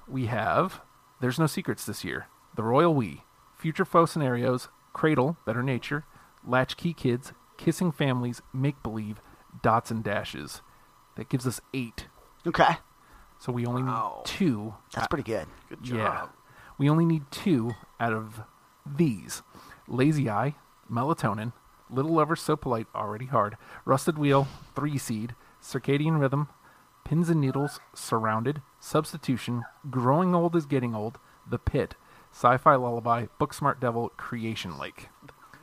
A: we have there's no secrets this year. The Royal We, Future Foe Scenarios, Cradle, Better Nature, Latchkey Kids, Kissing Families, Make Believe, Dots and Dashes. That gives us eight.
C: Okay,
A: So we only
B: Wow.
A: need two
C: that's pretty good.
B: Good job.
A: yeah. We only need two out of these Lazy Eye, Melatonin, Little Lover So Polite, Already Hard, Rusted Wheel, Three Seed, Circadian Rhythm, Pins and Needles, Surrounded, Substitution, Growing Old is Getting Old, The Pit, Sci Fi Lullaby, Book Smart Devil, Creation Lake.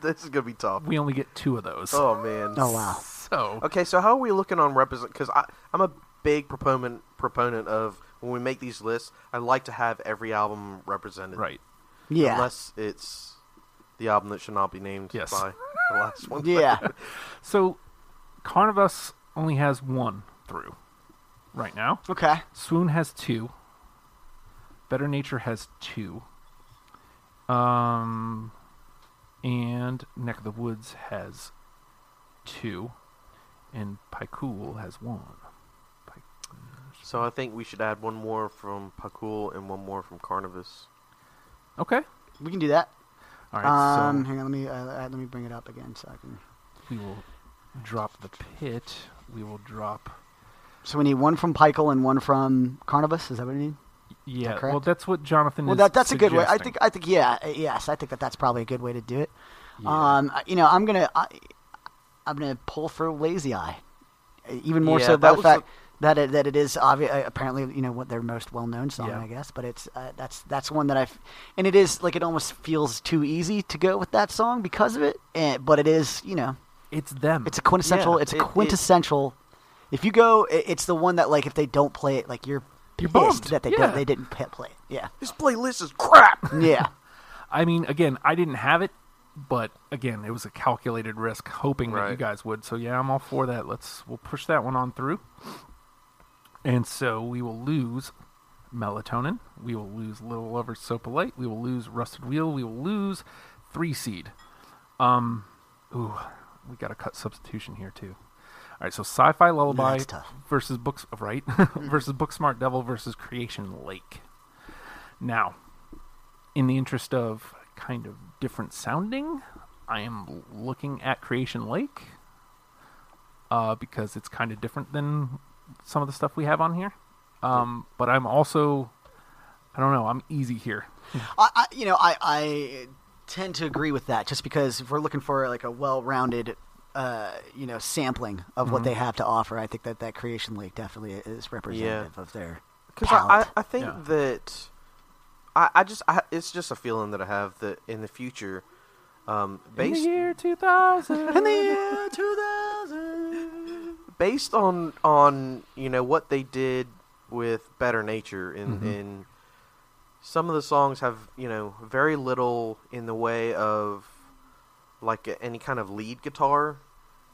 B: This is gonna be tough.
A: We only get two of those.
B: Oh man.
C: Oh wow.
A: So,
B: Okay, so how are we looking on represent? Because I'm a big proponent proponent of when we make these lists, I like to have every album represented.
A: right.
C: Yeah.
B: Unless it's the album that should not be named
A: Yes.
B: by the last one.
C: yeah.
A: So, Carnivus only has one through right now.
C: Okay.
A: Swoon has two. Better Nature has two. Um, and Neck of the Woods has two, and Pikul has one. Pike-
B: So I think we should add one more from Pakul and one more from Carnivus.
A: Okay.
C: We can do that.
A: All right.
C: Um,
A: so
C: hang on. Let me uh, uh, let me bring it up again so I can.
A: we will drop the pit. We will drop.
C: So we need one from Pikel and one from Carnivus. Is that what we need?
A: Yeah.
C: correct?
A: well, that's what Jonathan.
C: Well,
A: is
C: that, that's a good way. I
A: suggesting.
C: think. I think. Yeah. uh, Yes. I think that that's probably a good way to do it.
A: Yeah.
C: Um. I- You know, I'm gonna. I, I'm gonna pull for Lazy Eye, Uh, even more
B: Yeah,
C: so
B: that
C: by the
B: was
C: fact that it, that it is obvious. Apparently, you know what their most well known song,
A: Yeah.
C: I guess. But it's uh, that's that's one that I've, and it is like it almost feels too easy to go with that song because of it. And, but it is, you know,
A: it's them.
C: it's a quintessential.
B: Yeah,
C: it's a
B: it- it-
C: quintessential. if you go, it, it's the one that like if they don't play it, like you're.
A: You're
C: pissed
A: bummed.
C: that they
A: Yeah.
C: don't, they didn't p- play it. Yeah.
B: This playlist is crap.
C: Yeah.
A: I mean, again, I didn't have it, but again, it was a calculated risk, hoping that you
B: Right.
A: guys would. So yeah, I'm all for that. Let's we'll push that one on through. And so we will lose melatonin. We will lose Little Lover So Polite. We will lose Rusted Wheel. We will lose Three Seed. Um, ooh, we got to cut substitution here too. All right, so Sci-Fi Lullaby
C: that's tough.
A: versus Books right versus Book Smart Devil versus Creation Lake. Now, in the interest of kind of different sounding, I am looking at Creation Lake uh, because it's kind of different than some of the stuff we have on here. Um, but I'm also, I don't know, I'm easy here.
C: I, I you know, I, I tend to agree with that just because if we're looking for like a well-rounded, uh, you know,
B: Mm-hmm.
C: sampling of what they have to offer, I think that that Creation League definitely is representative of their
B: because I, I,
C: talent.
B: I think
A: Yeah.
B: that I, I just I, it's just a feeling that I have that in the future, um,
A: In the
B: based
A: year 2000.
B: in the year 2000 based on on you know what they did with better nature and
C: Mm-hmm.
A: Mhm.
B: and some of the songs have you know very little in the way of like a, any kind of lead guitar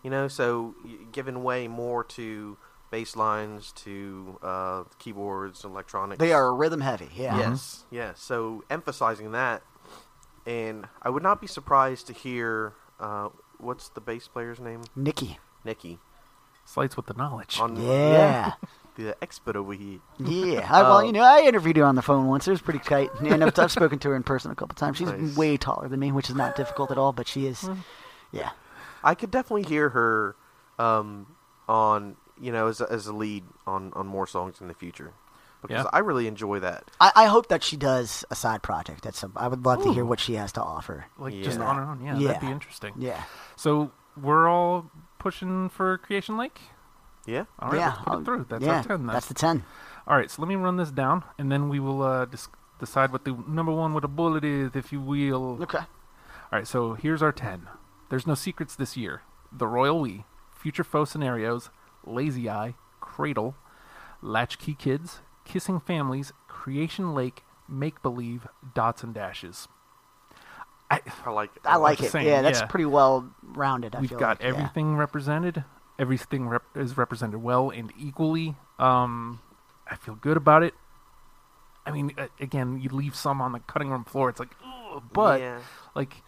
B: you know so y- giving way more to bass lines to uh, keyboards electronics
C: They are rhythm heavy. Yeah. Mm-hmm.
B: Yes, yes. So emphasizing that, and I would not be surprised to hear uh, what's the bass player's name,
C: Nikki.
B: Nikki,
A: Slights with the knowledge.
B: on
C: Yeah.
B: the expert over here.
C: Yeah. I, well,
B: Uh,
C: you know, I interviewed her on the phone once. It was pretty tight. And I've, I've spoken to her in person a couple times. She's
B: Nice. Hmm.
C: way taller than me, which is not difficult at all, but she is. Yeah.
B: I could definitely hear her um, on you know as a, as a lead on on more songs in the future because
A: Yeah.
B: I really enjoy that.
C: I, I hope that she does a side project. At some, I would love to hear what she has to offer.
A: Like just
B: Yeah.
A: on and on. Yeah,
C: Yeah.
A: that'd be interesting.
C: Yeah.
A: So we're all pushing for Creation Lake.
B: Yeah,
A: All right,
C: yeah.
A: let's put
C: I'll-
A: it through. That's
C: yeah,
A: our ten. Then.
C: That's the 10.
A: all right. So let me run this down, and then we will uh, dis- decide what the number one with a bullet is, if you will.
C: Okay.
A: All right, so here's our 10. There's no secrets this year. The Royal We, Future Foe Scenarios, Lazy Eye, Cradle, Latchkey Kids, Kissing Families, Creation Lake, Make Believe, Dots and Dashes. I,
B: I like it.
C: I like
A: the
C: it.
A: same,
C: yeah, that's
A: yeah.
C: pretty well rounded. I
A: we've
C: feel
A: got
C: like, yeah.
A: everything represented. Everything rep- is represented well and equally. Um, I feel good about it. I mean, a- again, you leave some on the cutting room floor. It's like, "Ugh," but
B: Yeah.
A: like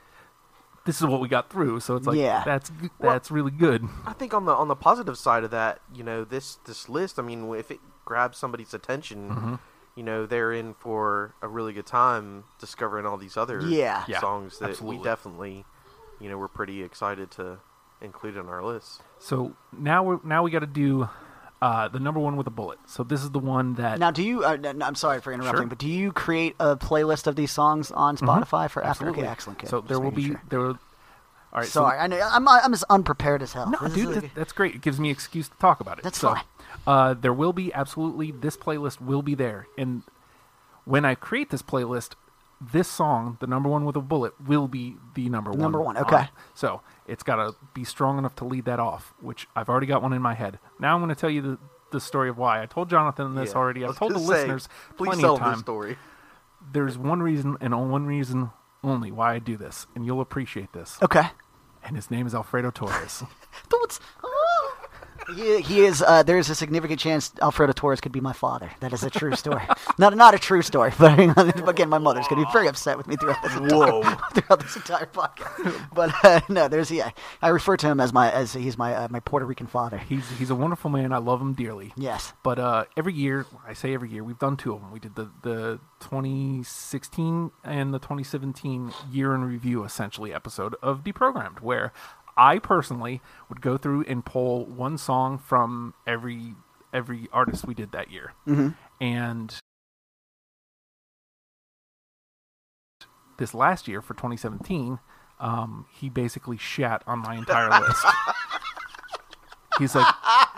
A: this is what we got through so it's like
C: Yeah.
A: that's g-
B: Well-
A: that's really good
B: I think on the on the positive side of that, you know, this this list. I mean, if it grabs somebody's attention,
A: Mm-hmm.
B: you know, they're in for a really good time discovering all these other
C: Yeah.
A: Yeah,
B: songs that
A: absolutely.
B: we definitely, you know, we're pretty excited to include on our list.
A: so now we are now we got to do uh, the number one with a bullet so this is the one that
C: Now, do you? Uh, n- n- I'm sorry for interrupting,
A: Sure.
C: but do you create a playlist of these songs on Spotify for after?
A: absolutely.
C: Okay, excellent. good.
A: so
C: Just
A: there will
C: making
A: be
C: sure.
A: there will, all right
C: Sorry,
A: so,
C: I know, I'm I'm as unprepared as
B: Oh,
C: hell.
A: no
C: This is
A: dude
C: like-
A: that, that's great it gives me excuse to talk about it
C: That's
A: so,
C: fine.
A: uh, there will be absolutely this playlist will be there and when i create this playlist this song the number one with a bullet will be the number one
C: Number one,
A: on
C: okay.
A: it. So it's got to be strong enough to lead that off, which I've already got one in my head. Now I'm going to tell you the, the story of why. I told Jonathan this
B: Yeah.
A: already. I've
B: I was
A: told the
B: gonna say,
A: listeners
B: Please
A: plenty
B: tell
A: of
B: them the
A: time.
B: story.
A: There's one reason and on one reason only why I do this, and you'll appreciate this.
C: okay.
A: And his name is Alfredo Torres.
C: Thoughts? Oh. He, he is. Uh, there is a significant chance Alfredo Torres could be my father. That is a true story. not not a true story, but again, my mother's going to be very upset with me throughout this entire, throughout this entire podcast. But uh, no, there's yeah. I refer to him as my as he's my uh, my Puerto Rican father.
A: he's he's a wonderful man. I love him dearly.
C: Yes.
A: But uh, every year, I say every year, we've done two of them. We did the, the 2016 and the 2017 year in review, essentially, episode of Deprogrammed, where I personally would go through and pull one song from every every artist we did that year, and this last year for 2017, um, he basically shat on my entire list. He's like,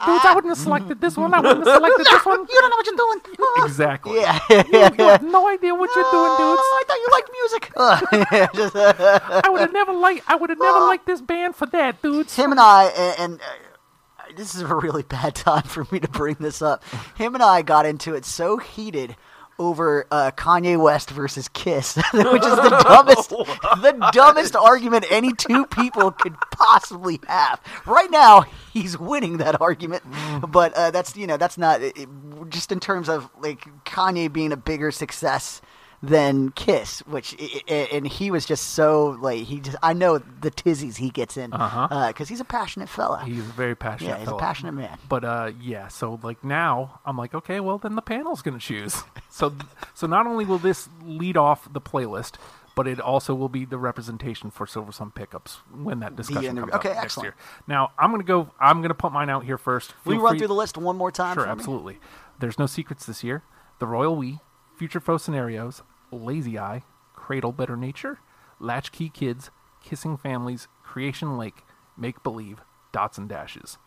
A: dudes, I wouldn't have selected this one. I wouldn't have selected this one.
C: You don't know what you're doing. Oh.
A: Exactly.
C: Yeah.
A: You, you have no idea what you're doing, dudes.
C: Oh, I thought you liked music. Oh, yeah, just, uh,
A: I would have never liked. I would have never liked this band for that, dudes.
C: him and I, and, and uh, this is a really bad time for me to bring this up. Him and I got into it so heated over uh, Kanye West versus Kiss, which is the dumbest, the dumbest argument any two people could possibly have. Right now, he's winning that argument, but uh, that's you know that's not it, it- just in terms of like Kanye being a bigger success than Kiss, which i- i- and he was just so like he just I know the tizzies he gets in because
A: Uh-huh.
C: he's a passionate fella.
A: He's a very passionate.
C: yeah, he's
A: fella.
C: a passionate man.
A: But uh, yeah, so like now I'm like, okay, well then the panel's gonna choose. so so not only will this lead off the playlist, but it also will be the representation for Silver Sun pickups when that discussion
C: inter-
A: comes up
C: okay,
A: next
C: excellent.
A: year. Now I'm gonna go. I'm gonna put mine out here first.
C: We
A: Feel
C: run
A: free-
C: through the list one more time.
A: Sure,
C: for me?
A: absolutely. There's no secrets this year. The Royal We, Future Foe Scenarios, Lazy Eye, Cradle Better Nature, Latchkey Kids, Kissing Families,
C: Mm.
A: Creation Lake, Make Believe, Dots and Dashes.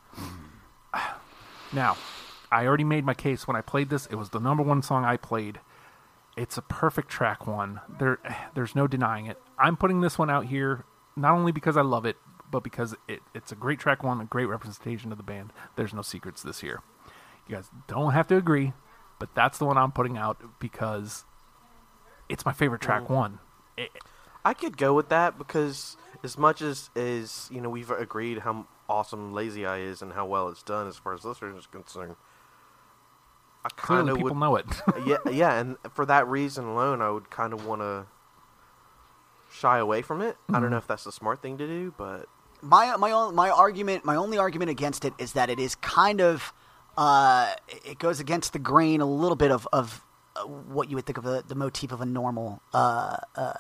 A: now, I already made my case when I played this. It was the number one song I played. It's a perfect track one. There, there's no denying it. I'm putting this one out here not only because I love it, but because it, it's a great track one, a great representation of the band. There's no secrets this year. You guys don't have to agree, but that's the one I'm putting out because it's my favorite track one. It,
B: I could go with that because as much as is you know we've agreed how awesome Lazy Eye is and how well it's done as far as listeners is concerned. I kind
A: clearly,
B: of
A: people
B: would,
A: know it.
B: yeah, yeah, and for that reason alone, I would kind of want to shy away from it.
A: Mm-hmm.
B: I don't know if that's the smart thing to do, but
C: my my own, my argument my only argument against it is that it is kind of uh, it goes against the grain a little bit of of uh, what you would think of the, the motif of a normal uh, uh,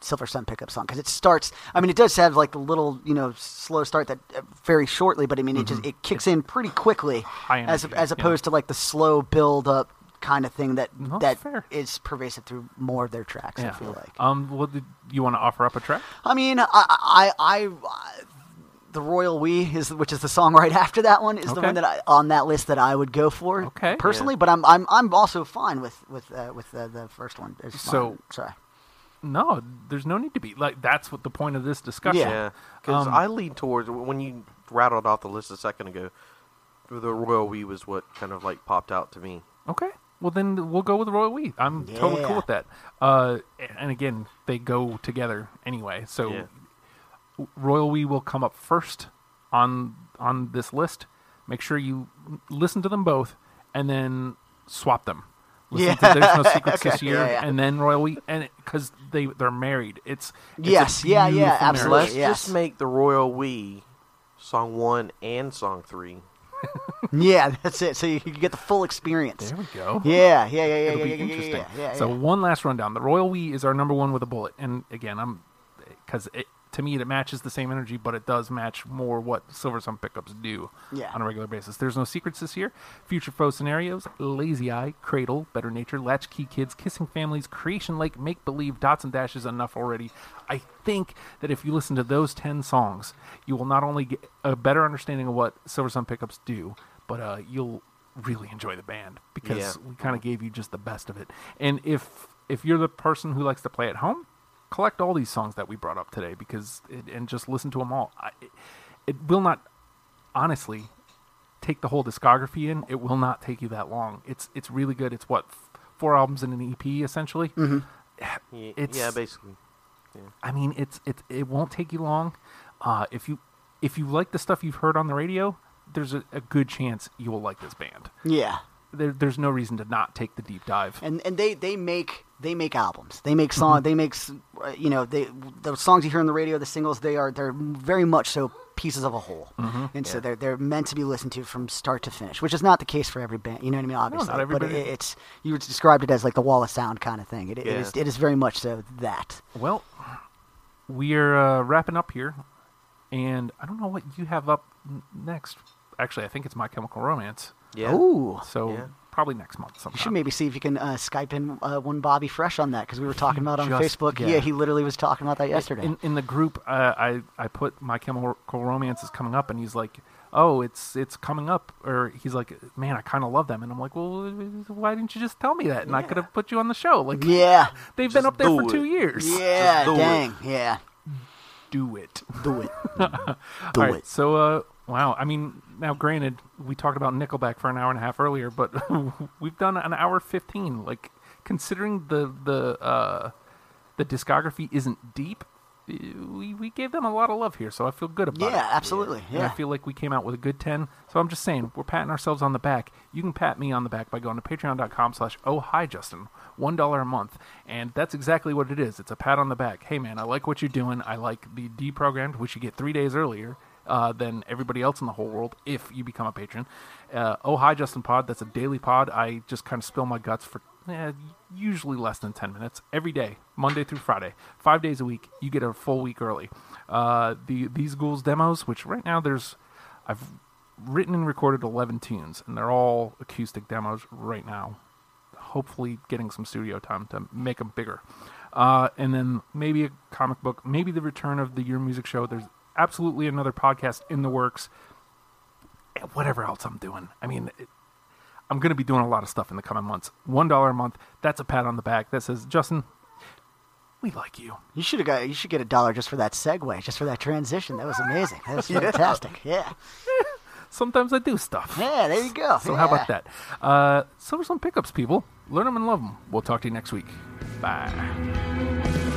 C: Silver Sun pickup song because it starts. I mean, it does have like the little you know slow start that uh, very shortly, but I mean it just it kicks in pretty quickly
A: Mm-hmm. High
C: as
A: energy,
C: as
A: yeah.
C: opposed to like the slow build up kind of thing that
A: No,
C: that
A: fair.
C: is pervasive through more of their tracks. I feel like.
A: Um, well, did you want to offer up a track?
C: I mean, I, I, I, I- the Royal We is which is the song right after that one is the
A: Okay.
C: one that I, on that list that I would go for.
A: Okay.
C: Personally, but I'm, I'm, I'm also fine with with uh, with uh, the first one. It's fine.
A: So-
C: sorry.
A: No, there's no need to be like that's what the point of this discussion.
C: Yeah.
B: yeah, because
A: Um,
B: I lean towards when you rattled off the list a second ago. The Royal We was what kind of like popped out to me.
A: Okay. Well, then we'll go with Royal We. I'm totally
C: Yeah.
A: cool with that. Uh, and again, they go together anyway. So
B: Yeah.
A: Royal We will come up first on on this list. Make sure you listen to them both, and then swap them. Listen
C: Yeah.
A: to There's No Secrets this
C: Okay,
A: year,
C: yeah, yeah.
A: and then Royal We, and because they they're married. It's, it's a
C: Yes, yeah, yeah,
A: beautiful marriage.
C: absolutely.
B: Let's
C: yes.
B: just make the Royal We song one and song three.
C: yeah, that's it. So you, you get the full experience.
A: There we go.
C: Yeah, yeah, yeah, yeah,
A: it'll
C: yeah,
A: be
C: yeah, yeah,
A: interesting.
C: yeah, yeah,
A: so
C: yeah.
A: one last rundown. The Royal We is our number one with a bullet, and again, I'm because it to me it matches the same energy, but it does match more what Silver Sun pickups do
C: Yeah.
A: on a regular basis. There's no secrets this year. Future foe scenarios: Lazy Eye, Cradle, Better Nature, Latchkey Kids, Kissing Families, Creation Lake, Make Believe, Dots and Dashes. Enough already. I think that if you listen to those ten songs, you will not only get a better understanding of what Silver Sun pickups do, but uh, you'll really enjoy the band because
B: Yeah.
A: we kind of gave you just the best of it. And if if you're the person who likes to play at home, collect all these songs that we brought up today because it, and just listen to them all. I, it, it will not honestly take the whole discography in. It will not take you that long. It's it's really good. It's what f- four albums and an EP essentially.
B: Y-
A: It's-
B: yeah, basically.
A: I mean, it's it it won't take you long. Uh, if you if you like the stuff you've heard on the radio, there's a, a good chance you will like this band.
C: yeah.
A: There, there's no reason to not take the deep dive.
C: and and they they make they make albums they make
A: Mm-hmm.
C: songs they make s- uh, you know they the songs you hear on the radio the singles they are they're very much so pieces of a whole
A: Mm-hmm.
C: and so they're they're meant to be listened to from start to finish which is not the case for every band you know what i mean obviously
A: not
C: but it,
A: everybody.
C: it's you described it as like the wall of sound kind of thing it, it
B: Yeah.
C: is it is very much so that
A: Well, we're uh, wrapping up here, and I don't know what you have up n- next. Actually, I think it's My Chemical Romance.
B: Yeah.
C: ooh
A: So
B: Yeah.
A: probably next month sometime.
C: you should maybe see if you can uh, Skype in uh, one Bobby Fresh on that because we were talking about on
A: just-
C: Facebook.
A: yeah.
C: Yeah. he literally was talking about that yesterday.
A: in, in the group uh, I, I put my chemical romance is coming up and he's like oh it's it's coming up or he's like man i kind of love them and i'm like well why didn't you just tell me that and i could have put you on the show like
C: yeah,
A: they've
B: Just
A: been up there
B: do
A: for
B: it.
A: two years
C: yeah,
B: do it.
C: dang, yeah,
A: do it
C: do it, do
A: All
C: it.
A: right, so uh wow i mean now granted we talked about nickelback for an hour and a half earlier but we've done an hour 15 like considering the the uh the discography isn't deep eh, we, we gave them a lot of love here so i feel good about it
C: Yeah, absolutely. Yeah.
A: and I feel like we came out with a good 10. So I'm just saying, we're patting ourselves on the back. You can pat me on the back by going to patreon.com slash oh hi Justin, $1 a month. And that's exactly what it is. It's a pat on the back. Hey, man, I like what you're doing. I like the deprogrammed, which you get three days earlier. Uh, than everybody else in the whole world if you become a patron. Uh, oh, hi, Justin Pod. That's a daily pod. I just kind of spill my guts for eh, usually less than 10 minutes every day, Monday through Friday, five days a week. You get a full week early. Uh, the These Ghouls demos, which right now there's, I've written and recorded 11 tunes, and they're all acoustic demos right now. Hopefully, getting some studio time to make them bigger. Uh, and then maybe a comic book, maybe the return of the Your Music Show. There's absolutely another podcast in the works. And whatever else I'm doing. I mean, it, I'm going to be doing a lot of stuff in the coming months. One dollar a month. That's a pat on the back. That says, Justin, we like you.
C: You should have got. You should get a dollar just for that segue, just for that transition. That was amazing. That was fantastic. Yeah,
A: Sometimes I do stuff.
C: yeah. There you go.
A: So how
C: Yeah.
A: about that? Uh, Silver Sun pickups, people. Learn them and love them. We'll talk to you next week. Bye.